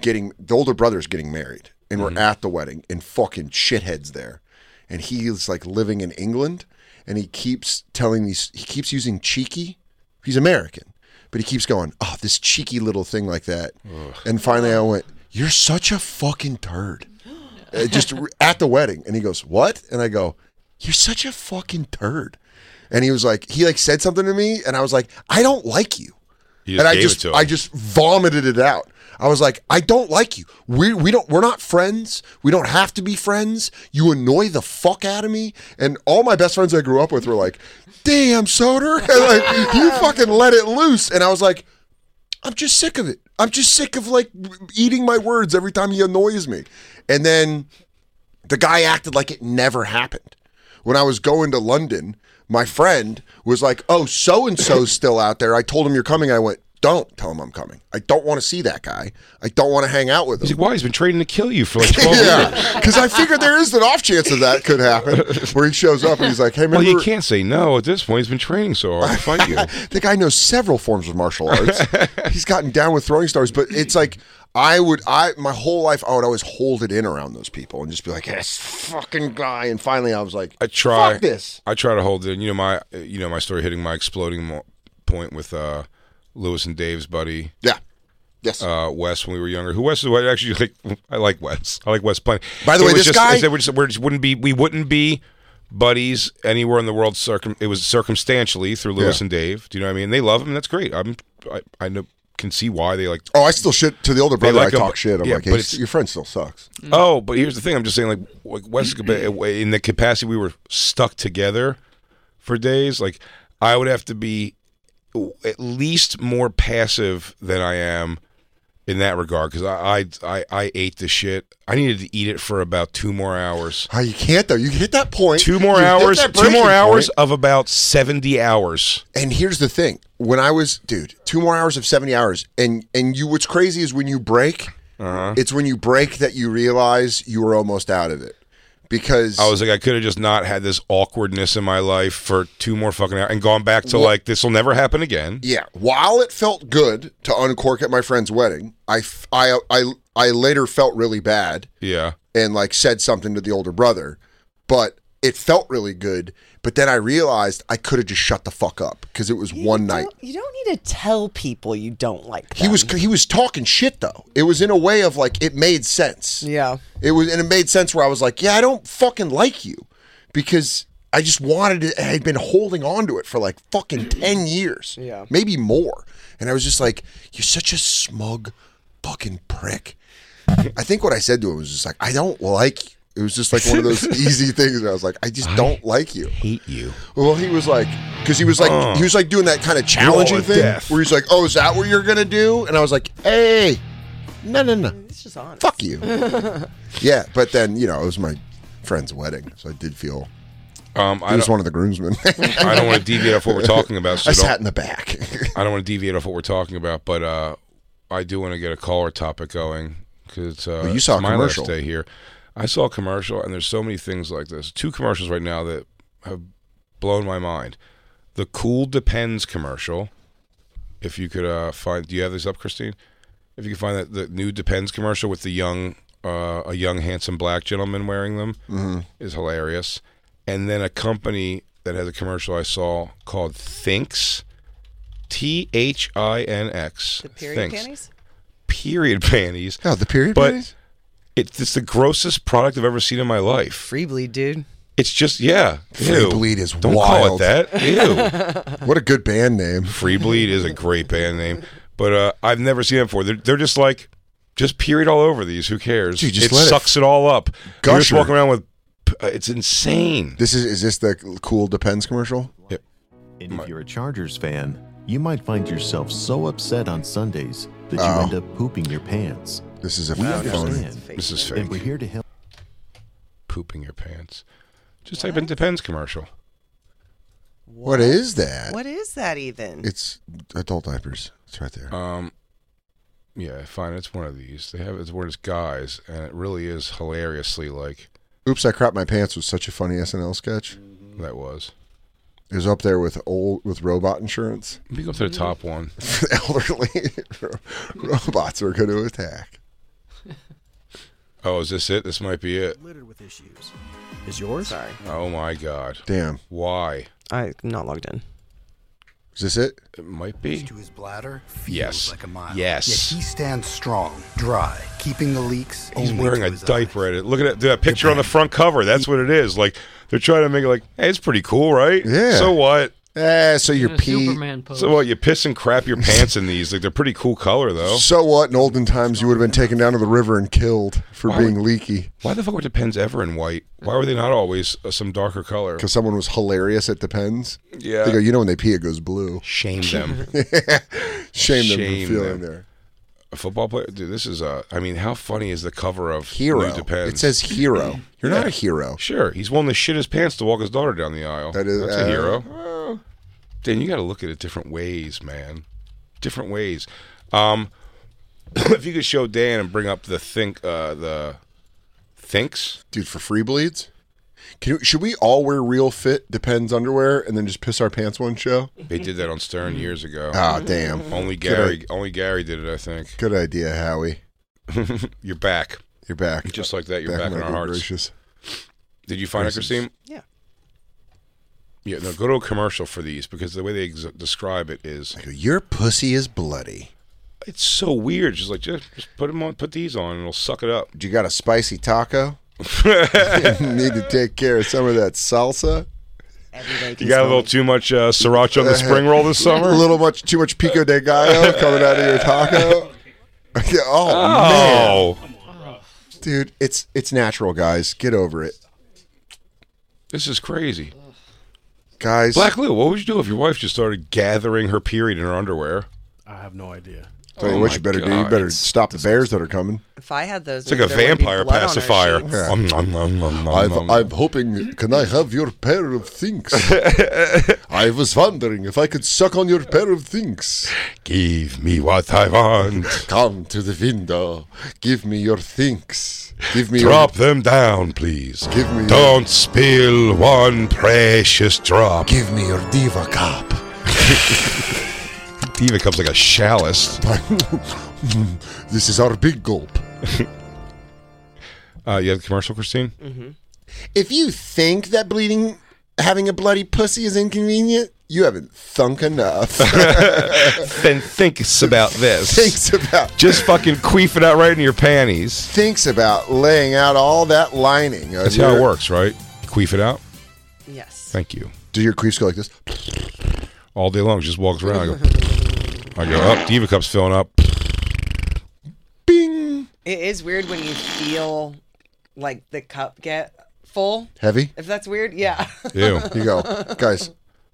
Speaker 2: getting the older brother's getting married and we're at the wedding and fucking shitheads there and he's like living in england and he keeps telling these he keeps using cheeky he's american but he keeps going oh this cheeky little thing like that and finally i went you're such a fucking turd Uh, just r- at the wedding and he goes what and i go you're such a fucking turd and he was like he like said something to me and i was like i don't like you
Speaker 3: He
Speaker 2: and I
Speaker 3: gave
Speaker 2: just
Speaker 3: it to him.
Speaker 2: I just vomited it out. I was like, I don't like you. We we don't we're not friends. We don't have to be friends. You annoy the fuck out of me. And all my best friends I grew up with were like, damn Soder. And like you fucking let it loose. And I was like, I'm just sick of it. I'm just sick of like eating my words every time he annoys me. And then the guy acted like it never happened. When I was going to London, my friend was like, "Oh, so and so's still out there." I told him you're coming. I went, "Don't tell him I'm coming. I don't want to see that guy. I don't want to hang out with
Speaker 3: He's
Speaker 2: him."
Speaker 3: like, why? He's been training to kill you for like 12 years.
Speaker 2: yeah, because I figured there is an off chance of that could happen, where he shows up and he's like, "Hey, remember?"
Speaker 3: Well, you can't say no Oh, at this point. He's been training so hard to fight you.
Speaker 2: the guy knows several forms of martial arts. He's gotten down with throwing stars, but it's like I would I my whole life I would always hold it in around those people and just be like, "This fucking guy." And finally, I was like,
Speaker 3: I try.
Speaker 2: Fuck this."
Speaker 3: I try to hold it. in. You know my, you know my story hitting my exploding mo- point with uh, Lewis and Dave's buddy
Speaker 2: Yeah. Yes.
Speaker 3: uh, Wes when we were younger. Who Wes is? What actually like? I like Wes. I like Wes plenty.
Speaker 2: By the
Speaker 3: It
Speaker 2: way,
Speaker 3: was
Speaker 2: this
Speaker 3: just,
Speaker 2: guy-
Speaker 3: I said we're just, we're just wouldn't be we wouldn't be buddies anywhere in the world. Circum it was circumstantially through Lewis
Speaker 2: Yeah.
Speaker 3: and Dave. Do you know what I mean? They love him. That's great. I'm I, I know can see why they like.
Speaker 2: Oh, I still shit to the older brother.
Speaker 3: like
Speaker 2: I
Speaker 3: him,
Speaker 2: talk
Speaker 3: but-
Speaker 2: shit. I'm
Speaker 3: yeah,
Speaker 2: like,
Speaker 3: but
Speaker 2: hey,
Speaker 3: it's-
Speaker 2: your friend still sucks.
Speaker 3: Oh, but here's the thing. I'm just saying, like, like Wes, in the capacity we were stuck together for days, like, I would have to be at least more passive than I am in that regard because I, I I I ate the shit. I needed to eat it for about two more hours.
Speaker 2: Oh, you can't though. You hit that point.
Speaker 3: Two more
Speaker 2: You hit
Speaker 3: hours.
Speaker 2: that
Speaker 3: Two more
Speaker 2: breaking
Speaker 3: hours
Speaker 2: point.
Speaker 3: of about seventy hours.
Speaker 2: And here's the thing: when I was, dude, two more hours of seventy hours, and and you, what's crazy is when you break,
Speaker 3: Uh-huh.
Speaker 2: it's when you break that you realize you were almost out of it, because
Speaker 3: I was like, I could have just not had this awkwardness in my life for two more fucking hours and gone back to
Speaker 2: What-
Speaker 3: like this will never happen again.
Speaker 2: yeah. While it felt good to uncork at my friend's wedding, I f- I I I later felt really bad
Speaker 3: Yeah.
Speaker 2: and like said something to the older brother, but it felt really good. But then I realized I could have just shut the fuck up because it was one night.
Speaker 9: You don't need to tell people you don't like them.
Speaker 2: He was he was talking shit though. It was in a way of like it made sense.
Speaker 9: Yeah.
Speaker 2: It was and it made sense where I was like, yeah, I don't fucking like you because I just wanted it. I had been holding on to it for like fucking ten years,
Speaker 9: Yeah.
Speaker 2: maybe more. And I was just like, you're such a smug fucking prick. I think what I said to him was just like, I don't like you. It was just like one of those easy things where I was like, I just don't like you.
Speaker 3: Hate you.
Speaker 2: Well, he was like, because he was like,
Speaker 3: Uh.
Speaker 2: he was like doing that kind of challenging
Speaker 3: Wall of
Speaker 2: thing
Speaker 3: death.
Speaker 2: where he's like, "Oh, is that what you're gonna do?" And I was like, "Hey, no, no, no,
Speaker 9: It's just honest.
Speaker 2: fuck you." yeah, but then you know it was my friend's wedding, so I did feel
Speaker 3: Um,
Speaker 2: I
Speaker 3: I
Speaker 2: was
Speaker 3: don't,
Speaker 2: one of the groomsmen.
Speaker 3: I don't want to deviate off what we're talking about. So
Speaker 2: I
Speaker 3: don't,
Speaker 2: sat in the back.
Speaker 3: I don't want to deviate off what we're talking about, but uh, I do want to get a caller topic going because uh,
Speaker 2: Well, you saw
Speaker 3: it's
Speaker 2: a
Speaker 3: my
Speaker 2: commercial.
Speaker 3: last day here. I saw a commercial, and there's so many things like this. Two commercials right now that have blown my mind. The Cool Depends commercial. If you could uh, find, do you have this up, Christine? If you could find that the new Depends commercial with the young, uh, a young handsome black gentleman wearing them
Speaker 2: Mm-hmm.
Speaker 3: is hilarious. And then a company that has a commercial I saw called Thinks, T H I N X.
Speaker 9: The period panties?
Speaker 3: Period panties.
Speaker 2: oh, the period.
Speaker 3: But-
Speaker 2: panties?
Speaker 3: It's, it's the grossest product I've ever seen in my life.
Speaker 9: Free bleed, dude.
Speaker 3: It's just yeah.
Speaker 2: Free
Speaker 3: Ew.
Speaker 2: Bleed is
Speaker 3: Don't call
Speaker 2: wild.
Speaker 3: it that. Ew.
Speaker 2: what a good band name.
Speaker 3: Free Bleed is a great band name, but uh, I've never seen it before. They're, they're just like, just period all over these. Who cares?
Speaker 2: Dude, just
Speaker 3: it
Speaker 2: let it-
Speaker 3: sucks it, all up. You're just
Speaker 2: Gusher.
Speaker 3: walking around with. p- Uh, it's insane.
Speaker 2: This is is this the cool depends commercial?
Speaker 11: And if you're a Chargers fan, you might find yourself so upset on Sundays that
Speaker 2: Oh.
Speaker 11: you end up pooping your pants.
Speaker 2: This is a
Speaker 11: We
Speaker 2: phone.
Speaker 11: understand,
Speaker 3: This is
Speaker 11: and we're
Speaker 3: fake.
Speaker 11: here to help.
Speaker 3: Pooping your pants. Just type in Depends commercial.
Speaker 2: What is that?
Speaker 9: What is that even?
Speaker 2: It's adult diapers. It's right there.
Speaker 3: Um, yeah, fine. It's one of these. They have it's where it's guys, and it really is hilariously like
Speaker 2: Oops, I cropped my pants was such a funny SNL sketch.
Speaker 3: that was.
Speaker 2: It was up there with old with robot insurance.
Speaker 3: Let me go to the top one.
Speaker 2: elderly ro- robots are going to attack.
Speaker 3: Oh, is this it? This might be it.
Speaker 11: Littered with issues. Is yours?
Speaker 9: Sorry.
Speaker 3: Oh my god.
Speaker 2: Damn,
Speaker 3: Why?
Speaker 9: I'm not logged in.
Speaker 2: is this it?
Speaker 3: It might be.
Speaker 11: his bladder
Speaker 3: Yes. Yes.
Speaker 11: stands strong, dry, keeping the leaks.
Speaker 3: He's wearing a diaper at it. Look at that, that picture on the front cover. That's what it is. Like they're trying to make it like, hey, it's pretty cool, right?
Speaker 2: Yeah.
Speaker 3: So what?
Speaker 2: Eh, so your
Speaker 5: In a
Speaker 2: pee.
Speaker 5: Superman pose.
Speaker 3: So what? You piss and crap your pants in these. Like they're pretty cool color though.
Speaker 2: So what? In olden times, you would have been taken down to the river and killed for
Speaker 3: Why
Speaker 2: being leaky
Speaker 3: Why the fuck were the pens ever in white? Why were they not always uh, some darker color?
Speaker 2: because someone was hilarious at the pens.
Speaker 3: Yeah.
Speaker 2: They go, you know, when they pee, it goes blue.
Speaker 3: Shame them.
Speaker 2: Shame, them
Speaker 3: Shame
Speaker 2: for feeling
Speaker 3: them.
Speaker 2: there.
Speaker 3: a football player, dude. This is uh, I mean, how funny is the cover of
Speaker 2: Hero.
Speaker 3: New Depends?
Speaker 2: It says hero. You're not
Speaker 3: Yeah.
Speaker 2: a hero.
Speaker 3: Sure, he's willing to shit his pants to walk his daughter down the aisle.
Speaker 2: That is-
Speaker 3: That's
Speaker 2: uh,
Speaker 3: a hero. Dan, you got to look at it different ways, man. Different ways. Um, if you could show Dan and bring up the think, uh, the thinks.
Speaker 2: Dude, for free bleeds? Can you, should we all wear real fit depends underwear and then just piss our pants one show?
Speaker 3: They did that on Stern years ago.
Speaker 2: Ah, damn.
Speaker 3: only
Speaker 2: Good
Speaker 3: Gary,
Speaker 2: idea.
Speaker 3: only Gary did it, I think.
Speaker 2: Good idea, Howie.
Speaker 3: You're back,
Speaker 2: You're back.
Speaker 3: just like that. You're back,
Speaker 2: my
Speaker 3: in our
Speaker 2: good
Speaker 3: hearts.
Speaker 2: gracious.
Speaker 3: Did you find it,
Speaker 2: Gracious.
Speaker 3: Christine?
Speaker 9: Yeah.
Speaker 3: Yeah. No, go to a commercial for these because the way they ex- describe it is
Speaker 2: I go, Your pussy is bloody.
Speaker 3: it's so weird. Just like just, just put them on, put these on, and it'll suck it up.
Speaker 2: Do you got a spicy taco? Need to take care of some of that salsa.
Speaker 9: Every day.
Speaker 3: You got a little too much uh, sriracha on the spring roll this
Speaker 2: A
Speaker 3: summer.
Speaker 2: little much, too much pico de gallo coming out of your taco. Okay, oh, man,
Speaker 3: Oh,
Speaker 2: dude, it's it's natural, guys. Get over it.
Speaker 3: this is crazy.
Speaker 2: guys.
Speaker 3: Black Lou, what would you do if your wife just started gathering her period in her underwear? Oh
Speaker 12: I have no idea.
Speaker 2: Tell you what you better do. You better stop the bears that are coming.
Speaker 9: If I had those,
Speaker 3: It's like a
Speaker 9: there wouldn't be
Speaker 3: vampire
Speaker 9: blood on our
Speaker 3: pacifier.
Speaker 9: sheets.
Speaker 3: Um, nom, nom, nom, nom,
Speaker 2: I've,
Speaker 3: nom.
Speaker 2: I'm hoping. Can I have your pair of things? I was wondering if I could suck on your pair of things.
Speaker 3: Give me what I want.
Speaker 2: Come to the window. Give me your things. Give me
Speaker 3: Drop them down, please.
Speaker 2: Give me
Speaker 3: Don't spill one precious drop.
Speaker 2: Give me your diva cup.
Speaker 3: diva cup's like a chalice.
Speaker 2: this is our big gulp.
Speaker 3: Uh, you have a commercial, Christine?
Speaker 9: Mm-hmm.
Speaker 2: If you think that bleeding, having a bloody pussy is inconvenient, you haven't thunk enough.
Speaker 3: then thinks about this.
Speaker 2: Thinks about
Speaker 3: just fucking queef it out right in your panties.
Speaker 2: Thinks about laying out all that lining. of
Speaker 3: That's how it
Speaker 2: your-
Speaker 3: works, right? Queef it out.
Speaker 9: Yes.
Speaker 3: Thank you.
Speaker 2: Do your queefs go like this?
Speaker 3: All day long, just walks around. I go. I go up. Diva cup's filling up.
Speaker 9: It is weird when you feel like the cup get full.
Speaker 2: Heavy?
Speaker 9: If that's weird, yeah.
Speaker 3: Ew.
Speaker 2: You go, guys.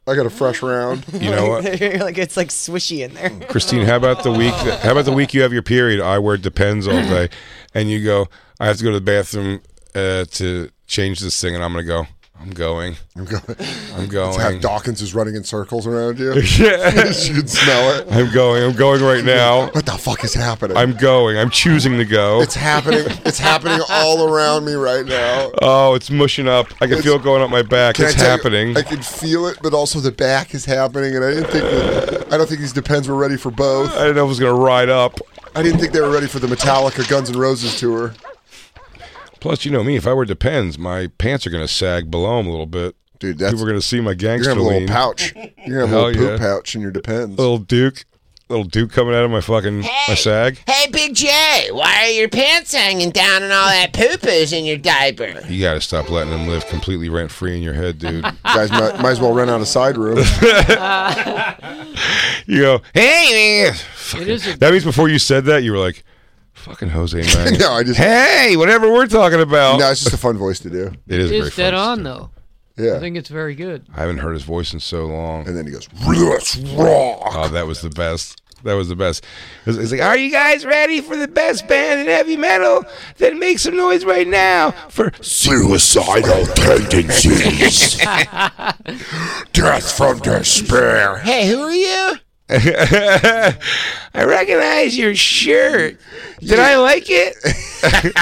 Speaker 2: I got a fresh round.
Speaker 3: You know what?
Speaker 9: like it's like swishy in there.
Speaker 3: Christine, how about the week? That, how about the week you have your period? I wear Depends all day, and you go. I have to go to the bathroom uh, to change this thing, and I'm gonna go. I'm going.
Speaker 2: I'm going.
Speaker 3: I'm
Speaker 2: It's how
Speaker 3: going.
Speaker 2: Dawkins is running in circles around you.
Speaker 3: Yeah.
Speaker 2: you can smell it.
Speaker 3: I'm going. I'm going right now.
Speaker 2: What the fuck is happening?
Speaker 3: I'm going. I'm choosing to go.
Speaker 2: it's happening. It's happening all around me right now.
Speaker 3: oh, it's mushing up. I can feel it going up my back.
Speaker 2: Can I
Speaker 3: It's
Speaker 2: tell you,
Speaker 3: happening.
Speaker 2: I can feel it, but also the back is happening, and I didn't think. That, I don't think these depends were ready for both.
Speaker 3: I didn't know it was gonna ride up.
Speaker 2: I didn't think they were ready for the Metallica Guns N' Roses tour.
Speaker 3: Plus, you know me. If I wear Depends, my pants are gonna sag below them a little bit.
Speaker 2: Dude, that's-
Speaker 3: people are gonna see my
Speaker 2: You're
Speaker 3: gangster
Speaker 2: gonna have a little
Speaker 3: lean.
Speaker 2: pouch. You're gonna have a
Speaker 3: Hell
Speaker 2: little poop
Speaker 3: yeah.
Speaker 2: pouch in your depends.
Speaker 3: Little Duke. Little Duke coming out of my fucking my sag.
Speaker 10: Hey, Big J, why are your pants hanging down and all that poo-poo's in your diaper?
Speaker 3: You gotta stop letting them live completely rent free in your head, dude.
Speaker 2: Guys, might, might as well rent out a side room.
Speaker 3: you go, hey, man." Fucking-
Speaker 5: is a-
Speaker 3: that means before you said that, you were like, fucking Jose, man.
Speaker 2: no, I just.
Speaker 3: Hey, whatever we're talking about.
Speaker 2: No, it's just a fun voice to do.
Speaker 3: It is
Speaker 5: It
Speaker 3: very
Speaker 5: is dead
Speaker 3: fun.
Speaker 5: on though. I
Speaker 2: Yeah.
Speaker 5: think it's very good.
Speaker 3: I haven't heard his voice in so long.
Speaker 2: And then he goes, "Let's rock."
Speaker 3: Oh, that was the best. That was the best. It's it's like, are you guys ready for the best band in heavy metal? Then make some noise right now for
Speaker 13: Suicidal tendencies. Death from despair.
Speaker 10: Hey, who are you?
Speaker 3: I recognize your shirt. Did I like it?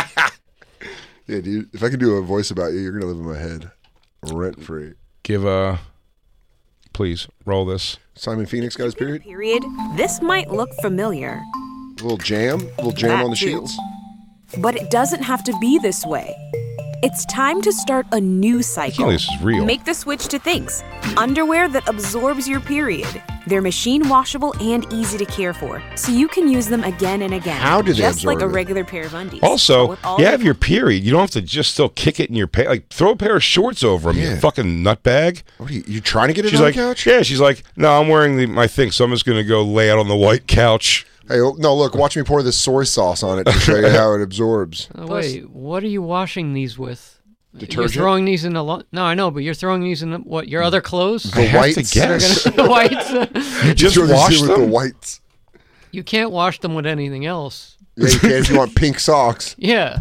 Speaker 2: Yeah, dude. If I could do a voice about you, you're gonna live in my head, rent free.
Speaker 3: Give a. Please roll this.
Speaker 2: Simon Phoenix got his period.
Speaker 14: Period. This might look familiar,
Speaker 2: A little jam. A little jam
Speaker 14: That
Speaker 2: on the
Speaker 14: too.
Speaker 2: sheets.
Speaker 14: but it doesn't have to be this way. It's time to start a new cycle.
Speaker 3: Helios is real.
Speaker 14: Make the switch to things underwear that absorbs your period. They're machine washable and easy to care for, so you can use them again and again.
Speaker 3: How do they
Speaker 14: Just like
Speaker 3: absorb
Speaker 14: a
Speaker 3: it?
Speaker 14: regular pair of undies. But
Speaker 3: Also,
Speaker 14: with all
Speaker 3: you
Speaker 14: the-
Speaker 3: have your period. You don't have to just still kick it in your pants. Like throw a pair of shorts over him, you fucking nutbag.
Speaker 2: What are you, you trying to get it
Speaker 3: she's
Speaker 2: on the
Speaker 3: like,
Speaker 2: couch?
Speaker 3: Yeah, she's like, no, I'm wearing the, my thing, so I'm just gonna go lay out on the white couch.
Speaker 2: Hey, oh, no, look, watch me pour this soy sauce on it to show you how it absorbs.
Speaker 14: Oh,
Speaker 5: Uh, wait, what are you washing these with? You're
Speaker 2: Detergent?
Speaker 5: throwing these in the lo- no, I know, but you're throwing these in the, what your other clothes?
Speaker 2: The
Speaker 5: You're
Speaker 2: whites.
Speaker 5: gonna- the whites.
Speaker 3: You just
Speaker 2: Throw this
Speaker 3: wash
Speaker 2: in with
Speaker 3: them?
Speaker 2: the whites.
Speaker 5: You can't wash them with anything else.
Speaker 2: Yeah, you can if you want pink socks.
Speaker 5: Yeah,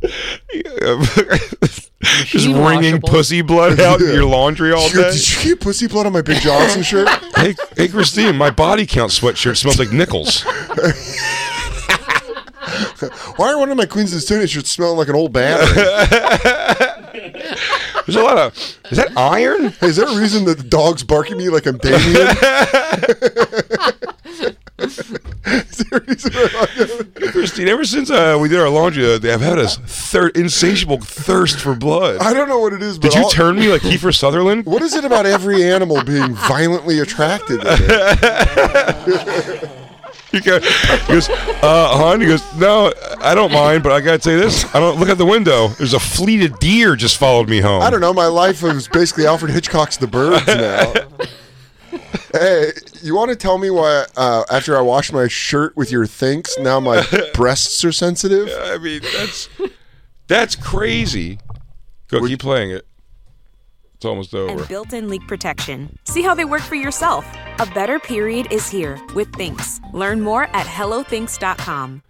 Speaker 3: just
Speaker 5: Machine
Speaker 3: wringing
Speaker 5: washable.
Speaker 3: pussy blood out in your laundry all
Speaker 2: Dude,
Speaker 3: day.
Speaker 2: Did you get pussy blood on my Big Johnson shirt?
Speaker 3: hey, hey, Christine, my body count sweatshirt smells like nickels.
Speaker 2: Why are one of my Queens of the Stone Age shirts smelling like an old battery?
Speaker 3: There's a lot of. Is that iron?
Speaker 2: Hey, is there a reason that the dog's barking at me like I'm Damien?
Speaker 3: Christine, ever since uh, we did our laundry the other day, I've had a thir- insatiable thirst for blood.
Speaker 2: I don't know what it is, but
Speaker 3: Did you
Speaker 2: all-
Speaker 3: turn me like Kiefer Sutherland?
Speaker 2: What is it about every animal being violently attracted to it?
Speaker 3: He go- he goes, uh, hon. He goes, no, I don't mind, but I gotta tell you this. I don't look out the window. There's a fleet of deer just followed me home.
Speaker 2: I don't know. My life is basically Alfred Hitchcock's The Birds now. hey, you want to tell me why uh, after I wash my shirt with your thinks, now my breasts are sensitive?
Speaker 3: I mean, that's that's crazy. Go keep playing it. It's almost over.
Speaker 14: and built-in leak protection. See how they work for yourself. A better period is here with Thinks. Learn more at hellothinks.com.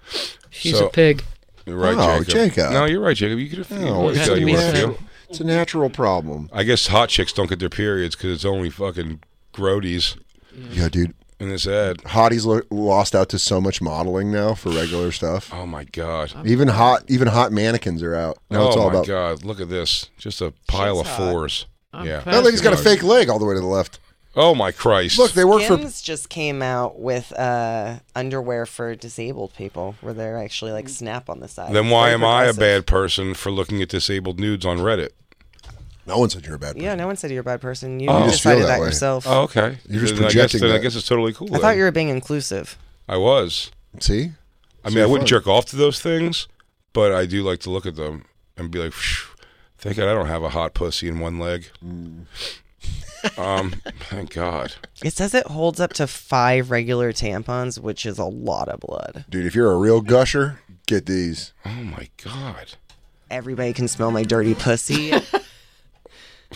Speaker 5: She's a pig.
Speaker 3: You're right,
Speaker 2: Oh,
Speaker 3: Jacob.
Speaker 2: Jacob.
Speaker 3: No, you're right, Jacob. You could have.
Speaker 2: No, it's, a natural, it's a natural problem.
Speaker 3: I guess hot chicks don't get their periods because it's only fucking grodies.
Speaker 2: Yeah, dude.
Speaker 3: In this ad,
Speaker 2: Hotties lo- lost out to so much modeling now for regular stuff.
Speaker 3: Oh my god!
Speaker 2: Even hot, even hot mannequins are out. Now
Speaker 3: oh
Speaker 2: it's all
Speaker 3: my
Speaker 2: about.
Speaker 3: god! Look at this. Just a pile of fours. yeah.
Speaker 2: That lady's got a fake leg all the way to the left.
Speaker 3: Oh my Christ!
Speaker 2: Look, they work for-
Speaker 9: Skims just came out with uh, underwear for disabled people, where they're actually like snap on the side.
Speaker 3: Then
Speaker 9: It's
Speaker 3: why
Speaker 9: very
Speaker 3: am I a
Speaker 9: progressive.
Speaker 3: bad person for looking at disabled nudes on Reddit?
Speaker 2: No one said you're a bad.
Speaker 9: Yeah, no one said you're a bad person. You
Speaker 3: Oh. You just feel
Speaker 9: decided
Speaker 3: that
Speaker 9: that,
Speaker 3: way.
Speaker 9: yourself.
Speaker 3: Oh, okay. You're just Then I guess- projecting then I that. guess it's totally cool
Speaker 9: I thought
Speaker 3: then.
Speaker 9: you were being inclusive.
Speaker 3: I was.
Speaker 2: See?
Speaker 3: I
Speaker 9: So
Speaker 3: mean, I
Speaker 9: you're
Speaker 3: wouldn't
Speaker 9: fine.
Speaker 3: jerk off to those things, but I do like to look at them and be like, "Phew, thank God I don't have a hot pussy in one leg.
Speaker 2: Mm.
Speaker 3: um, thank God.
Speaker 9: It says it holds up to five regular tampons, which is a lot of blood.
Speaker 2: Dude, if you're a real gusher, get these.
Speaker 3: Oh my God.
Speaker 9: Everybody can smell my dirty pussy.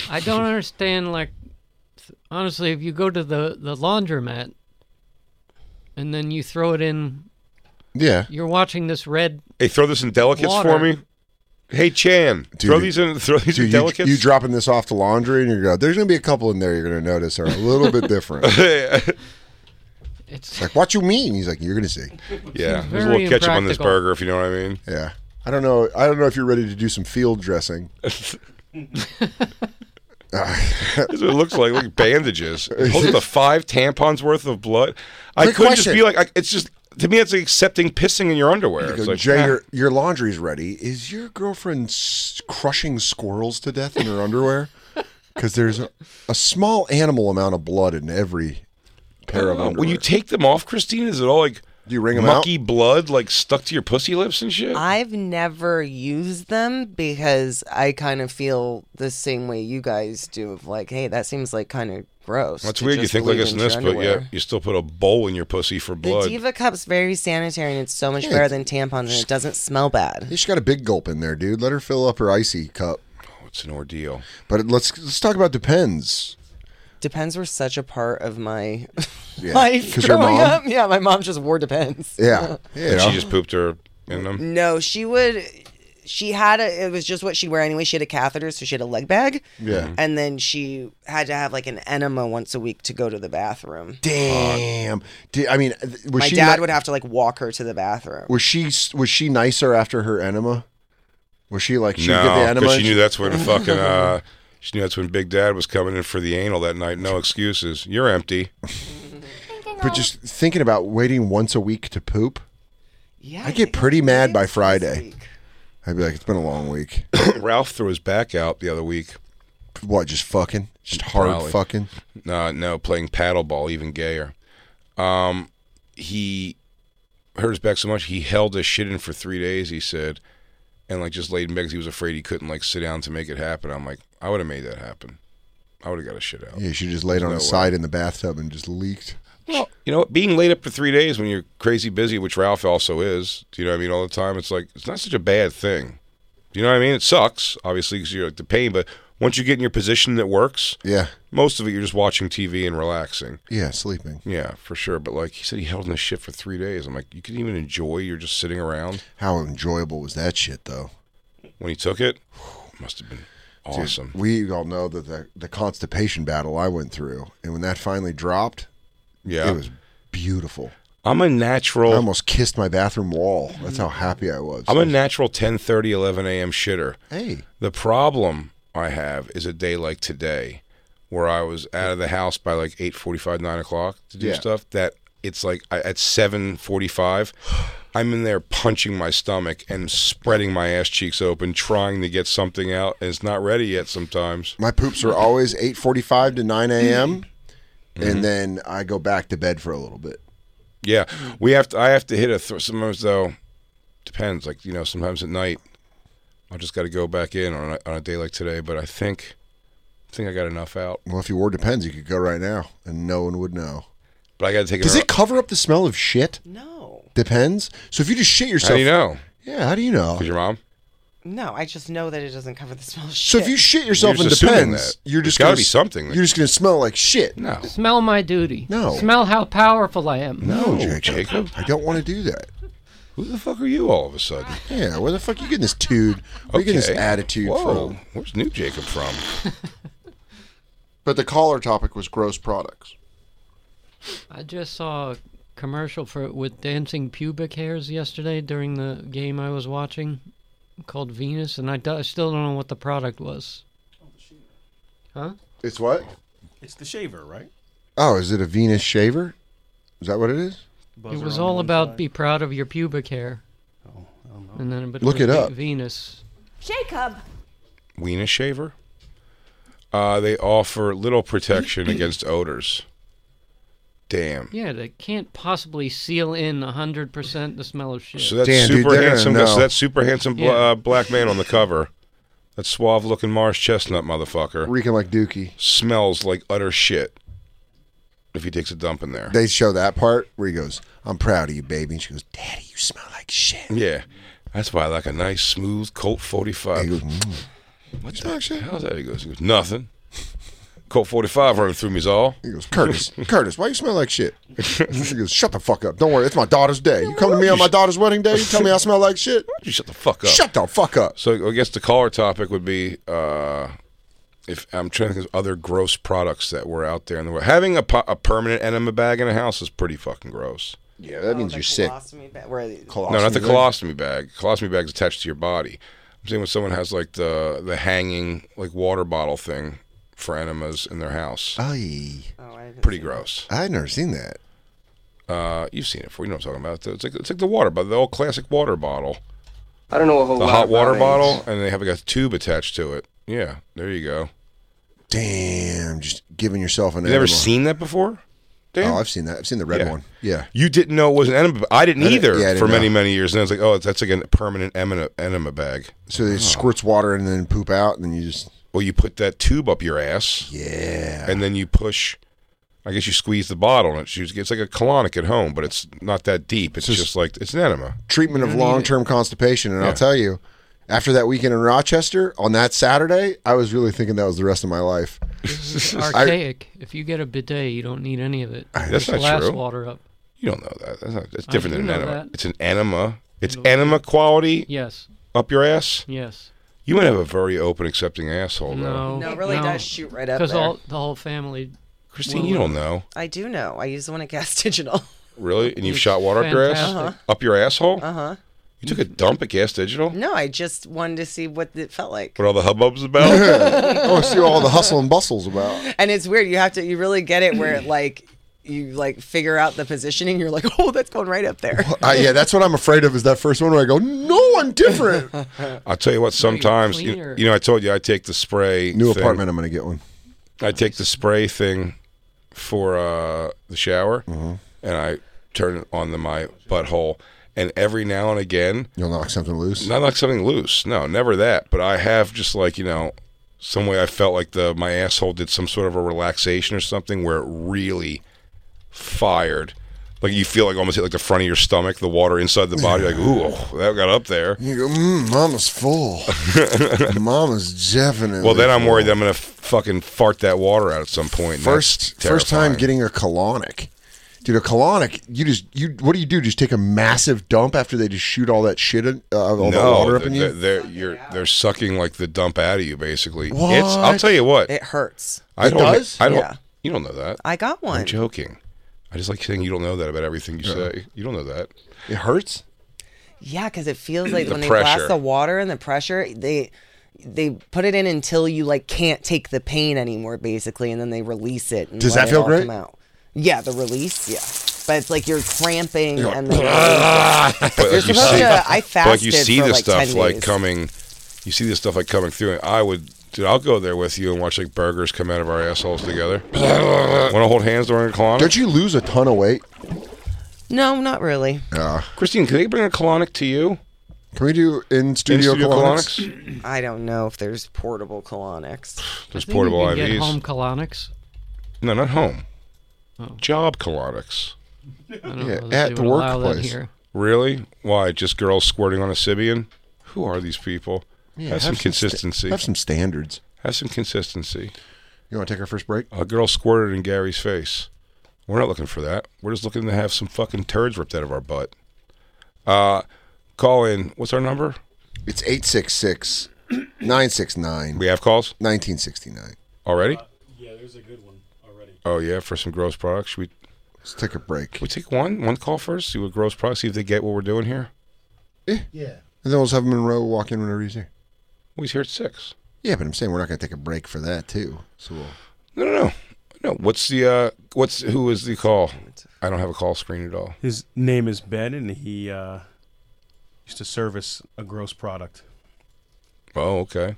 Speaker 5: I don't understand. Like, th- honestly, if you go to the the laundromat and then you throw it in,
Speaker 3: Yeah.
Speaker 5: you're watching this red.
Speaker 3: Hey, throw this in delicates for
Speaker 5: Water.
Speaker 3: me. Hey, Chan,
Speaker 2: Dude,
Speaker 3: throw these in. Throw these
Speaker 2: Dude,
Speaker 3: in
Speaker 2: you,
Speaker 3: delicates.
Speaker 2: you dropping this off to laundry and you're going, there's going to be a couple in there you're going to notice are a little bit different.
Speaker 5: It's
Speaker 2: like, what you mean? He's like, you're going to see.
Speaker 3: yeah, there's a little ketchup on this burger, if you know what I mean.
Speaker 2: Yeah. I don't know. I don't know if you're ready to do some field dressing. Uh,
Speaker 3: That's what it looks like. Look, bandages. It holds up to five tampons worth of blood. I
Speaker 2: Quick
Speaker 3: couldn't just
Speaker 2: question.
Speaker 3: be like, I, it's just, to me, it's like accepting pissing in your underwear.
Speaker 2: You
Speaker 3: It's
Speaker 2: go,
Speaker 3: like,
Speaker 2: Jay,
Speaker 3: ah.
Speaker 2: your, your laundry's ready. Is your girlfriend s- crushing squirrels to death in her underwear? Because there's a, a small animal amount of blood in every pair of
Speaker 3: Uh,
Speaker 2: underwear.
Speaker 3: When you take them off, Christine, is it all like
Speaker 2: do you wring 'em
Speaker 3: mucky blood like stuck to your pussy lips and shit?
Speaker 9: I've never used them because I kind of feel the same way you guys do of like, hey, that seems like kind of gross.
Speaker 3: That's
Speaker 9: to
Speaker 3: weird. You
Speaker 9: just
Speaker 3: think like
Speaker 9: leave
Speaker 3: it's
Speaker 9: into your
Speaker 3: this, but yeah,
Speaker 9: underwear.
Speaker 3: you still put a bowl in your pussy for
Speaker 9: The
Speaker 3: blood.
Speaker 9: Diva Cup's very sanitary and it's so much
Speaker 2: Yeah,
Speaker 9: better
Speaker 2: it's-
Speaker 9: than tampons and it doesn't smell bad.
Speaker 2: She's got a big gulp in there, dude. Let her fill up her icy cup.
Speaker 3: Oh, it's an ordeal.
Speaker 2: But it- let's let's talk about depends.
Speaker 9: Depends were such a part of my
Speaker 2: Yeah,
Speaker 9: life
Speaker 2: 'cause your
Speaker 9: growing
Speaker 2: mom-
Speaker 9: up. Yeah, my mom just wore Depends.
Speaker 2: Yeah. Yeah.
Speaker 3: And she just pooped her in them.
Speaker 9: No, she would. She had a. It was just what she'd wear anyway. She had a catheter, so she had a leg bag.
Speaker 3: Yeah. Mhm.
Speaker 9: And then she had to have like an enema once a week to go to the bathroom.
Speaker 2: Damn. Di- I mean, uh, th- was
Speaker 9: My
Speaker 2: she
Speaker 9: dad
Speaker 2: ni-
Speaker 9: would have to like walk her to the bathroom.
Speaker 2: was she s- was she nicer after her enema? Was she like she would get the
Speaker 3: No,
Speaker 2: enema?
Speaker 3: because
Speaker 2: and
Speaker 3: she knew that's when fucking. Uh, she knew that's when Big Dad was coming in for the anal that night. No excuses. You're empty.
Speaker 2: But just thinking about waiting once a week to poop.
Speaker 9: Yeah,
Speaker 2: I get pretty mad by Friday. I'd be like, it's been a long week.
Speaker 3: Ralph threw his back out the other week.
Speaker 2: what? Just fucking, just hard
Speaker 3: Probably.
Speaker 2: fucking.
Speaker 3: No, no, playing paddle ball, even gayer. Um, he hurt his back so much he held his shit in for three days. He said, and like just laid in bed 'cause he was afraid he couldn't like sit down to make it happen. I'm like, I would have made that happen. I would have got his shit out.
Speaker 2: Yeah, she just laid on
Speaker 3: No
Speaker 2: his
Speaker 3: way.
Speaker 2: side in the bathtub and just leaked.
Speaker 3: Well, Oh, you know, what? being laid up for three days when you're crazy busy, which Ralph also is, do you know what I mean, all the time, it's like, it's not such a bad thing. Do you know what I mean? It sucks, obviously, because you're like the pain, but once you get in your position that works,
Speaker 2: Yeah.
Speaker 3: most of it you're just watching TV and relaxing.
Speaker 2: Yeah, sleeping.
Speaker 3: Yeah, for sure. But like he said, he held in his shit for three days. I'm like, you could even enjoy you're just sitting around
Speaker 2: How enjoyable was that shit though?
Speaker 3: when he took it. Must have been
Speaker 2: Dude,
Speaker 3: awesome.
Speaker 2: we all know that the, the constipation battle I went through, and when that finally dropped,
Speaker 3: yeah.
Speaker 2: it was beautiful.
Speaker 3: I'm a natural.
Speaker 2: I almost kissed my bathroom wall. That's how happy I was.
Speaker 3: I'm a natural 10:30, 11 a.m. shitter.
Speaker 2: Hey.
Speaker 3: The problem I have is a day like today, where I was out of the house by like 8:45, 9 o'clock to do
Speaker 2: Yeah.
Speaker 3: stuff. That it's like I, at 7:45, I'm in there punching my stomach and spreading my ass cheeks open, trying to get something out, and it's not ready yet. Sometimes
Speaker 2: my poops are always 8:45 to 9 a.m.
Speaker 3: Mm-hmm.
Speaker 2: and then I go back to bed for a little bit.
Speaker 3: Yeah, we have to. I have to hit a. Th- sometimes though, depends. Like you know, sometimes at night, I just got to go back in on a, on a day like today. But I think, I think I got enough out.
Speaker 2: Well, if you wore Depends, you could go right now, and no one would know.
Speaker 3: But I got to take.
Speaker 2: Does
Speaker 3: a,
Speaker 2: it cover up the smell of shit?
Speaker 9: No.
Speaker 2: Depends. So if you just shit yourself,
Speaker 3: How do you know?
Speaker 2: Yeah, how do you know?
Speaker 3: Cause your mom.
Speaker 9: No, I just know that it doesn't cover the smell of
Speaker 2: So
Speaker 9: shit.
Speaker 2: if you shit yourself
Speaker 3: We're
Speaker 2: in
Speaker 3: just assuming
Speaker 2: Depends,
Speaker 3: that.
Speaker 2: you're
Speaker 3: There's
Speaker 2: just
Speaker 3: gotta
Speaker 2: gonna
Speaker 3: be
Speaker 2: s-
Speaker 3: something that-
Speaker 2: You're just gonna smell like shit.
Speaker 3: No,
Speaker 5: Smell my duty.
Speaker 2: No.
Speaker 5: Smell how powerful I am.
Speaker 2: no, Jacob. I don't want to do that.
Speaker 3: Who the fuck are you all of a sudden?
Speaker 2: Yeah, where the fuck you getting this dude? Where you getting this
Speaker 3: Okay.
Speaker 2: attitude
Speaker 3: Whoa.
Speaker 2: from?
Speaker 3: Where's New Jacob from?
Speaker 12: But the caller topic was gross products.
Speaker 5: I just saw a commercial for it with dancing pubic hairs yesterday during the game I was watching called Venus, and I, do- I still don't know what the product was. Huh?
Speaker 12: It's what?
Speaker 15: It's the shaver, right?
Speaker 2: Oh, is it a Venus shaver? Is that what it is?
Speaker 15: Buzzer
Speaker 5: it was
Speaker 15: on
Speaker 5: all
Speaker 15: one
Speaker 5: about
Speaker 15: side.
Speaker 5: be proud of your pubic hair. Oh, and then but
Speaker 3: Look
Speaker 5: was
Speaker 3: it
Speaker 5: Ve-
Speaker 3: up.
Speaker 5: Venus.
Speaker 14: Jacob!
Speaker 3: Wiener shaver. Uh, they offer little protection against odors. Damn.
Speaker 5: Yeah, they can't possibly seal in hundred percent the smell of shit.
Speaker 3: So that's
Speaker 2: Damn, dude,
Speaker 3: super
Speaker 2: they're gonna
Speaker 3: handsome.
Speaker 2: know.
Speaker 3: So that's super handsome bl-
Speaker 5: Yeah.
Speaker 3: uh, black man on the cover. That suave looking Mars chestnut motherfucker.
Speaker 2: Reeking like Dookie.
Speaker 3: Smells like utter shit. If he takes a dump in there.
Speaker 2: They show that part where he goes, "I'm proud of you, baby," and she goes, "Daddy, you smell like shit."
Speaker 3: Yeah. That's why I like a nice, smooth Colt 45.
Speaker 2: "Mm."
Speaker 3: What's that shit? How's that? He goes, he goes, nothing. Colt 45 running through me is all.
Speaker 2: He goes, Curtis, Curtis, why you smell like shit? She goes, shut the fuck up. Don't worry, it's my daughter's day. You come to me on my daughter's wedding day, you tell me I smell like shit?
Speaker 3: You shut the fuck up.
Speaker 2: Shut the fuck up.
Speaker 3: So I guess the caller topic would be uh, if I'm trying to think of other gross products that were out there in the world. Having a, po- a permanent enema bag in a house is pretty fucking gross.
Speaker 2: Yeah, that means you're sick.
Speaker 3: No, not the colostomy bag. Colostomy bag's attached to your body. I'm saying when someone has like the the hanging like water bottle thing for enemas in their house.
Speaker 2: Aye.
Speaker 3: Pretty gross.
Speaker 2: I've never seen that.
Speaker 3: Uh, you've seen it before. You know what I'm talking about. It's like it's like the water bottle, the old classic water bottle.
Speaker 16: I don't know a whole
Speaker 3: the
Speaker 16: lot
Speaker 3: hot water
Speaker 16: about
Speaker 3: bottle,
Speaker 16: eggs.
Speaker 3: and they have like a tube attached to it. Yeah, there you go.
Speaker 2: Damn, just giving yourself an
Speaker 3: You never
Speaker 2: enema.
Speaker 3: seen that before? Dan?
Speaker 2: Oh, I've seen that. I've seen the red
Speaker 3: Yeah.
Speaker 2: one. Yeah.
Speaker 3: You didn't know it was an enema. but I didn't
Speaker 2: I didn't-
Speaker 3: either
Speaker 2: yeah, I didn't
Speaker 3: for many
Speaker 2: know.
Speaker 3: many years. And I was like, oh, that's like a permanent enema, enema bag.
Speaker 2: So they squirts water and then poop out, and then you just.
Speaker 3: Well, you put that tube up your ass.
Speaker 2: Yeah.
Speaker 3: And then you push. I guess you squeeze the bottle, and it shoots. It's like a colonic at home, but it's not that deep. It's just like it's an enema.
Speaker 2: Treatment of
Speaker 3: You don't need
Speaker 2: long term constipation. And
Speaker 3: Yeah.
Speaker 2: I'll tell you, after that weekend in Rochester, on that Saturday, I was really thinking that was the rest of my life.
Speaker 5: This is
Speaker 2: I-
Speaker 5: archaic. if you get a bidet, you don't need any of it.
Speaker 3: That's
Speaker 5: Just
Speaker 3: not
Speaker 5: glass
Speaker 3: true.
Speaker 5: water up.
Speaker 3: You don't know that. That's, not, that's
Speaker 5: I
Speaker 3: different
Speaker 5: do
Speaker 3: than an
Speaker 5: know
Speaker 3: enema.
Speaker 5: that.
Speaker 3: It's an enema. It's enema quality.
Speaker 5: Yes.
Speaker 3: Up your ass.
Speaker 5: Yes.
Speaker 3: You might have a very open, accepting asshole.
Speaker 5: No.
Speaker 3: Though.
Speaker 9: No, it really does shoot right up
Speaker 5: Because
Speaker 9: there.
Speaker 5: all the whole family.
Speaker 3: Christine,
Speaker 5: will-
Speaker 3: you don't know,
Speaker 9: I do know. I use the one at Gas Digital.
Speaker 3: really, and you've shot water up your ass,
Speaker 9: Fantastic.
Speaker 3: up your asshole.
Speaker 9: Uh huh.
Speaker 3: You took a dump at Gas Digital.
Speaker 9: No, I just wanted to see what it felt like.
Speaker 3: What all the hubbub's about?
Speaker 2: I want to see all the hustle and bustles about.
Speaker 9: And it's weird. You have to. You really get it where it like you like figure out the positioning. You're like, oh, that's going right up there.
Speaker 2: I, yeah, that's what I'm afraid of is that first one where I go, no, I'm different.
Speaker 3: I'll tell you what. Sometimes you,
Speaker 2: cleaner.
Speaker 3: you know, I told you I take the spray.
Speaker 2: New
Speaker 3: thing.
Speaker 2: apartment, I'm going to get one.
Speaker 3: I take the spray thing for uh, the shower, and I turn it on the my butthole. And every now and again,
Speaker 2: You'll knock something loose.
Speaker 3: not like something loose. No, never that. But I have just like you know, some way I felt like the my asshole did some sort of a relaxation or something where it really fired. Like you feel like almost hit like the front of your stomach, the water inside the body. Like ooh, oh, that got up there.
Speaker 2: You go, mm, mama's full. mama's definitely.
Speaker 3: Well, then I'm
Speaker 2: full."
Speaker 3: worried that I'm gonna f- fucking fart that water out at some point. and
Speaker 2: First,
Speaker 3: that's
Speaker 2: first time
Speaker 3: terrifying.
Speaker 2: getting a colonic, dude. A colonic, you just you. What do you do? Just take a massive dump after they just shoot all that shit, in, uh, all the water up in
Speaker 3: they're,
Speaker 2: you.
Speaker 3: They're you're, they're sucking like the dump out of you, basically. It's, I'll tell you what,
Speaker 9: It hurts.
Speaker 3: I
Speaker 9: It
Speaker 3: don't.
Speaker 9: does?
Speaker 3: I don't.
Speaker 9: Yeah.
Speaker 3: You don't know that.
Speaker 9: I got one.
Speaker 3: I'm joking. I just like saying you don't know that about everything you say. You don't know that.
Speaker 2: It hurts.
Speaker 9: Yeah, because it feels like
Speaker 3: The
Speaker 9: when they
Speaker 3: pressure.
Speaker 9: blast the water and the pressure, they they put it in until you like can't take the pain anymore, basically, and then they release it. And
Speaker 2: Does
Speaker 9: let
Speaker 2: that
Speaker 9: it
Speaker 2: feel
Speaker 9: all
Speaker 2: great?
Speaker 9: come Out. Yeah, the release. Yeah, but it's like you're cramping
Speaker 2: You're
Speaker 9: and.
Speaker 2: like,
Speaker 9: Then You're supposed to- I
Speaker 3: but like you
Speaker 9: fasted
Speaker 3: see
Speaker 9: for,
Speaker 3: this
Speaker 9: like,
Speaker 3: stuff
Speaker 9: 10
Speaker 3: like
Speaker 9: days.
Speaker 3: coming. You see this stuff like coming through, and I would, dude, I'll go there with you and watch like burgers come out of our assholes together. Want to hold hands during a colonic?
Speaker 2: Don't you lose a ton of weight?
Speaker 9: no, not really.
Speaker 3: Christine, can they bring a colonic to you?
Speaker 2: Can we do in studio,
Speaker 3: studio
Speaker 2: colonics?
Speaker 9: I don't know if there's portable colonics.
Speaker 3: There's portable
Speaker 5: you can Get
Speaker 3: IVs.
Speaker 5: home colonics.
Speaker 3: No, not home. Job colonics.
Speaker 5: Oh. I don't
Speaker 2: Yeah,
Speaker 5: know that
Speaker 2: at the
Speaker 5: they would allow that
Speaker 2: workplace.
Speaker 5: here.
Speaker 3: Really? Why? Just girls squirting on a Sibian? Who are these people?
Speaker 2: Yeah,
Speaker 3: have, some
Speaker 2: have some sta-
Speaker 3: consistency.
Speaker 2: have some standards.
Speaker 3: Have some consistency.
Speaker 2: You want to take our first break?
Speaker 3: A girl squirted in Gary's face. We're not looking for that. We're just looking to have some fucking turds ripped out of our butt. Uh, call in. What's our number?
Speaker 2: It's 866 969. We
Speaker 3: have calls?
Speaker 2: 1969.
Speaker 3: Already? Oh yeah, for some gross products. Should we
Speaker 2: let's take a break.
Speaker 3: We take one one call first. See what gross products. See if they get what we're doing here.
Speaker 2: Yeah. And then we'll just have Monroe walk in whenever he's here.
Speaker 3: Well, he's here at six.
Speaker 2: Yeah, but I'm saying we're not going to take a break for that, too. So we'll.
Speaker 3: No, no, no. No. What's the uh? What's who is the call? I don't have a call screen at all.
Speaker 15: His name is Ben, and he uh, used to service a gross product.
Speaker 3: Oh, okay.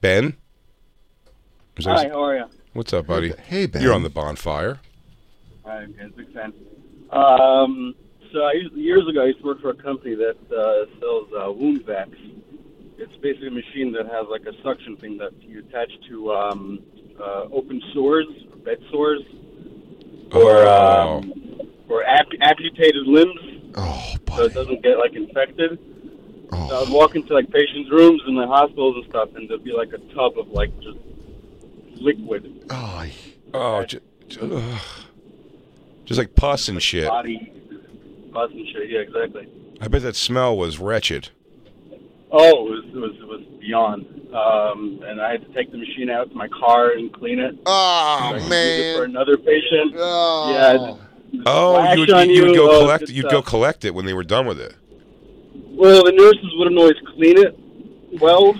Speaker 3: Ben. Is there-
Speaker 16: Hi, how are ya?
Speaker 3: What's up, buddy?
Speaker 2: Hey, Ben.
Speaker 3: You're on the bonfire.
Speaker 16: I'm a big fan. Um, so I used, years ago, I used to work for a company that uh, sells uh, wound vacs. It's basically a machine that has like a suction thing that you attach to um, uh, open sores, bed sores, or um, or ap- amputated limbs, so it doesn't get like infected. So I would walk into like patients' rooms in the hospitals and stuff, and there'd be like a tub of like just liquid
Speaker 2: Oh,
Speaker 3: oh j- j- ugh. just like pus and shit.
Speaker 16: body, pus and shit. Yeah, exactly.
Speaker 3: I bet that smell was wretched.
Speaker 16: Oh, it was it was, it was beyond. Um, and I had to take the machine out to my car and clean it.
Speaker 2: Oh
Speaker 16: man! for another patient. Yeah.
Speaker 3: Oh,
Speaker 16: splash
Speaker 3: you would, you,
Speaker 16: on
Speaker 3: would
Speaker 16: you,
Speaker 3: go
Speaker 16: oh,
Speaker 3: collect.
Speaker 16: good
Speaker 3: You'd
Speaker 16: stuff.
Speaker 3: go collect it when they were done with it.
Speaker 16: Well, the nurses wouldn't always clean it well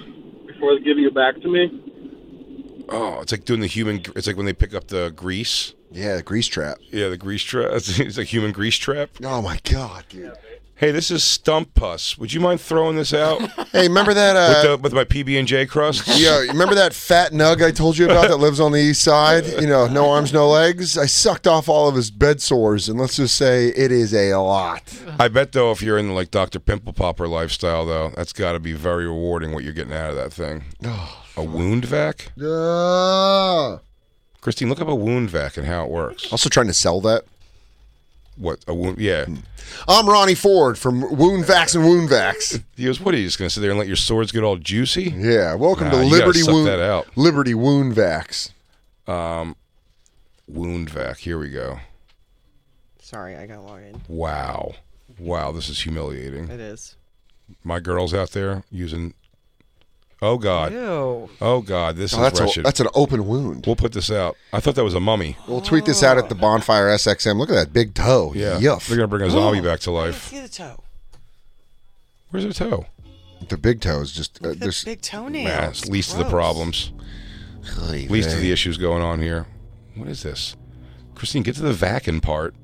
Speaker 16: before giving it back to me.
Speaker 3: Oh, it's like doing the human. gr- It's like when they pick up the grease.
Speaker 2: Yeah, the grease trap.
Speaker 3: Yeah, the grease trap. It's a human grease trap.
Speaker 2: Oh my god, dude.
Speaker 3: Hey, this is stump pus. Would you mind throwing this out?
Speaker 2: hey, remember that? Uh,
Speaker 3: with, the, with my PB and J crust.
Speaker 2: Yeah, you remember that fat nug I told you about that lives on the east side? You know, no arms, no legs. I sucked off all of his bed sores, and let's just say it is a lot.
Speaker 3: I bet though, if you're in like Dr. Pimple Popper lifestyle, though, that's got to be very rewarding. What you're getting out of that thing?
Speaker 2: Oh,
Speaker 3: a wound vac.
Speaker 2: Uh,
Speaker 3: Christine, look up a wound vac and how it works.
Speaker 2: Also trying to sell that. Hmm.
Speaker 3: What a wound? Yeah.
Speaker 2: I'm Ronnie Ford from Wound Vax and Wound Vax.
Speaker 3: He goes, what are you just gonna sit there and let your swords get all juicy?
Speaker 2: Yeah. Welcome
Speaker 3: Nah,
Speaker 2: to
Speaker 3: you gotta
Speaker 2: Liberty
Speaker 3: suck
Speaker 2: Wound
Speaker 3: that out.
Speaker 2: Liberty Wound Vax.
Speaker 3: Um, wound vac. Here we go.
Speaker 9: Sorry, I got logged in.
Speaker 3: Wow. Wow, this is humiliating.
Speaker 9: It is.
Speaker 3: My girls out there using. Oh God.
Speaker 9: Ew.
Speaker 3: Oh God, this
Speaker 2: Oh,
Speaker 3: is
Speaker 2: that's a-
Speaker 3: wretched.
Speaker 2: that's an open wound.
Speaker 3: We'll put this out. I thought that was a mummy.
Speaker 2: We'll tweet this out at the Bonfire SXM. Look at that big toe.
Speaker 3: Yeah.
Speaker 2: Yuff.
Speaker 3: They're gonna bring a zombie back to life.
Speaker 9: See the toe.
Speaker 3: Where's her toe?
Speaker 2: The big toe is just uh,
Speaker 9: The
Speaker 2: there's
Speaker 9: big toenail.
Speaker 3: Yeah, it's least of the problems. least of the issues going on here. What is this? Christine, get to the vacuum part.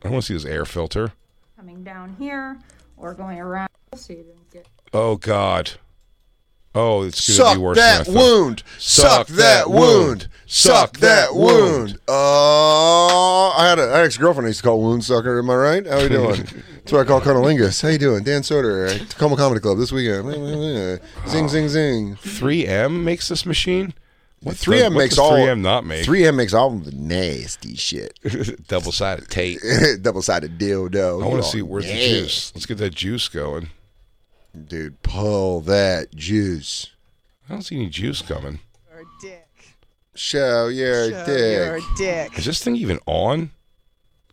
Speaker 3: I don't want to see this air filter.
Speaker 17: coming down here or going around so you didn't get
Speaker 3: Oh God. Oh, it's gonna
Speaker 2: Suck
Speaker 3: be worse.
Speaker 2: that
Speaker 3: than I thought.
Speaker 2: wound. Suck that wound. Suck that wound. Oh, I had a- an ex girlfriend I used to call wound sucker. Am I right? How you doing? That's what I call cunnilingus. How you doing? Dan Soder, at Tacoma Comedy Club this weekend. zing, zing, zing.
Speaker 3: 3M makes this machine.
Speaker 2: What
Speaker 3: the-
Speaker 2: 3M
Speaker 3: what
Speaker 2: makes
Speaker 3: does
Speaker 2: all
Speaker 3: 3M not make?
Speaker 2: 3M makes all the nasty shit.
Speaker 3: Double sided tape.
Speaker 2: Double sided dildo.
Speaker 3: I want
Speaker 2: You
Speaker 3: to see
Speaker 2: all
Speaker 3: where's the
Speaker 2: nasty.
Speaker 3: juice. Let's get that juice going.
Speaker 2: Dude, pull that juice.
Speaker 3: I don't see any juice coming.
Speaker 2: Show your
Speaker 9: Show
Speaker 2: dick.
Speaker 9: your dick.
Speaker 3: Is this thing even on?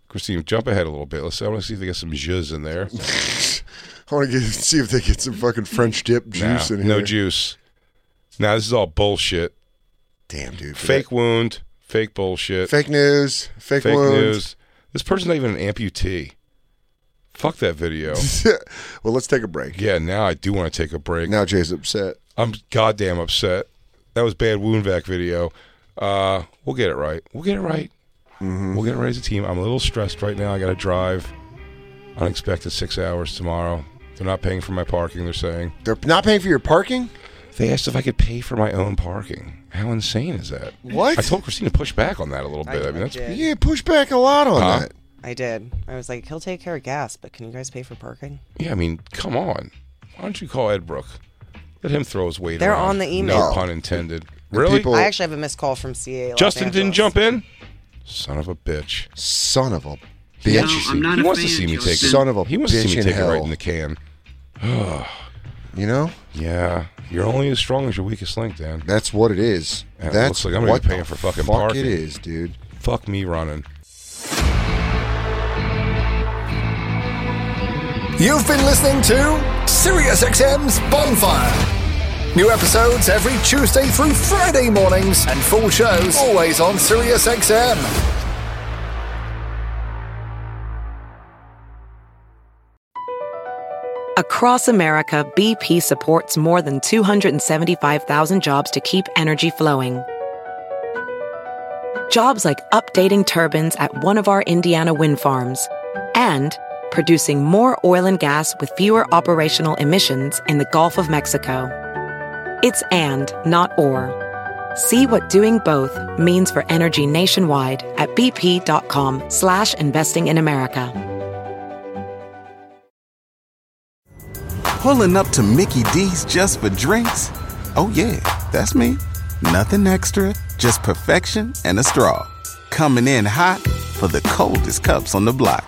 Speaker 3: Christine, jump ahead a little bit. Let's. I want to see if they got some jizz in there.
Speaker 2: I want to see if they get some fucking French dip juice
Speaker 3: Nah,
Speaker 2: in here.
Speaker 3: No juice. Now this is all bullshit.
Speaker 2: Damn, dude.
Speaker 3: Fake wound. Fake bullshit.
Speaker 2: Fake news. Fake,
Speaker 3: Fake
Speaker 2: wounds.
Speaker 3: news. This person's not even an amputee. Fuck that video.
Speaker 2: well, let's take a break.
Speaker 3: Yeah, now I do want to take a break.
Speaker 2: Now Jay's upset.
Speaker 3: I'm goddamn upset. That was bad wound vac video. Uh, we'll get it right. We'll get it right.
Speaker 2: Mm-hmm.
Speaker 3: We'll get it right as a team. I'm a little stressed right now. I got to drive unexpected six hours tomorrow. They're not paying for my parking. They're saying
Speaker 2: they're not paying for your parking.
Speaker 3: They asked if I could pay for my own parking. How insane is that?
Speaker 2: What?
Speaker 3: I told Christina to push back on that a little bit. I, mean, that's
Speaker 9: did.
Speaker 2: Yeah, push back a lot on
Speaker 3: Huh?
Speaker 2: that.
Speaker 9: I did. I was like, he'll take care of gas, but can you guys pay for parking?
Speaker 3: yeah. I mean, come on. Why don't you call Ed Brook? Let him throw his weight.
Speaker 9: They're
Speaker 3: around.
Speaker 9: on the email.
Speaker 3: No pun intended. Really?
Speaker 9: I actually have a missed call from CA. Los
Speaker 3: Justin
Speaker 9: Angeles.
Speaker 3: didn't jump in. Son of a bitch.
Speaker 2: Son of a
Speaker 3: He
Speaker 2: bitch.
Speaker 3: wants to see- he wants to see me take it.
Speaker 2: Son of a
Speaker 3: He wants to
Speaker 2: bitch
Speaker 3: see me
Speaker 2: in
Speaker 3: take
Speaker 2: hell.
Speaker 3: it right in the can.
Speaker 2: You know?
Speaker 3: Yeah. You're only as strong as your weakest link, Dan.
Speaker 2: That's what it is.
Speaker 3: Yeah, it
Speaker 2: That's
Speaker 3: looks like I'm gonna
Speaker 2: what
Speaker 3: be paying
Speaker 2: the
Speaker 3: for fucking
Speaker 2: fuck
Speaker 3: parking.
Speaker 2: it is, dude.
Speaker 3: Fuck me running.
Speaker 18: You've been listening to Sirius XM's Bonfire. New episodes every Tuesday through Friday mornings, and full shows always on Sirius XM.
Speaker 19: Across America, BP supports more than 275,000 jobs to keep energy flowing. Jobs like updating turbines at one of our Indiana wind farms and producing more oil and gas with fewer operational emissions in the Gulf of Mexico. It's and, not or. See what doing both means for energy nationwide at bp.com slash investing in America.
Speaker 20: Pulling up to Mickey D's just for drinks? Oh, yeah, that's me. Nothing extra, just perfection and a straw. Coming in hot for the coldest cups on the block.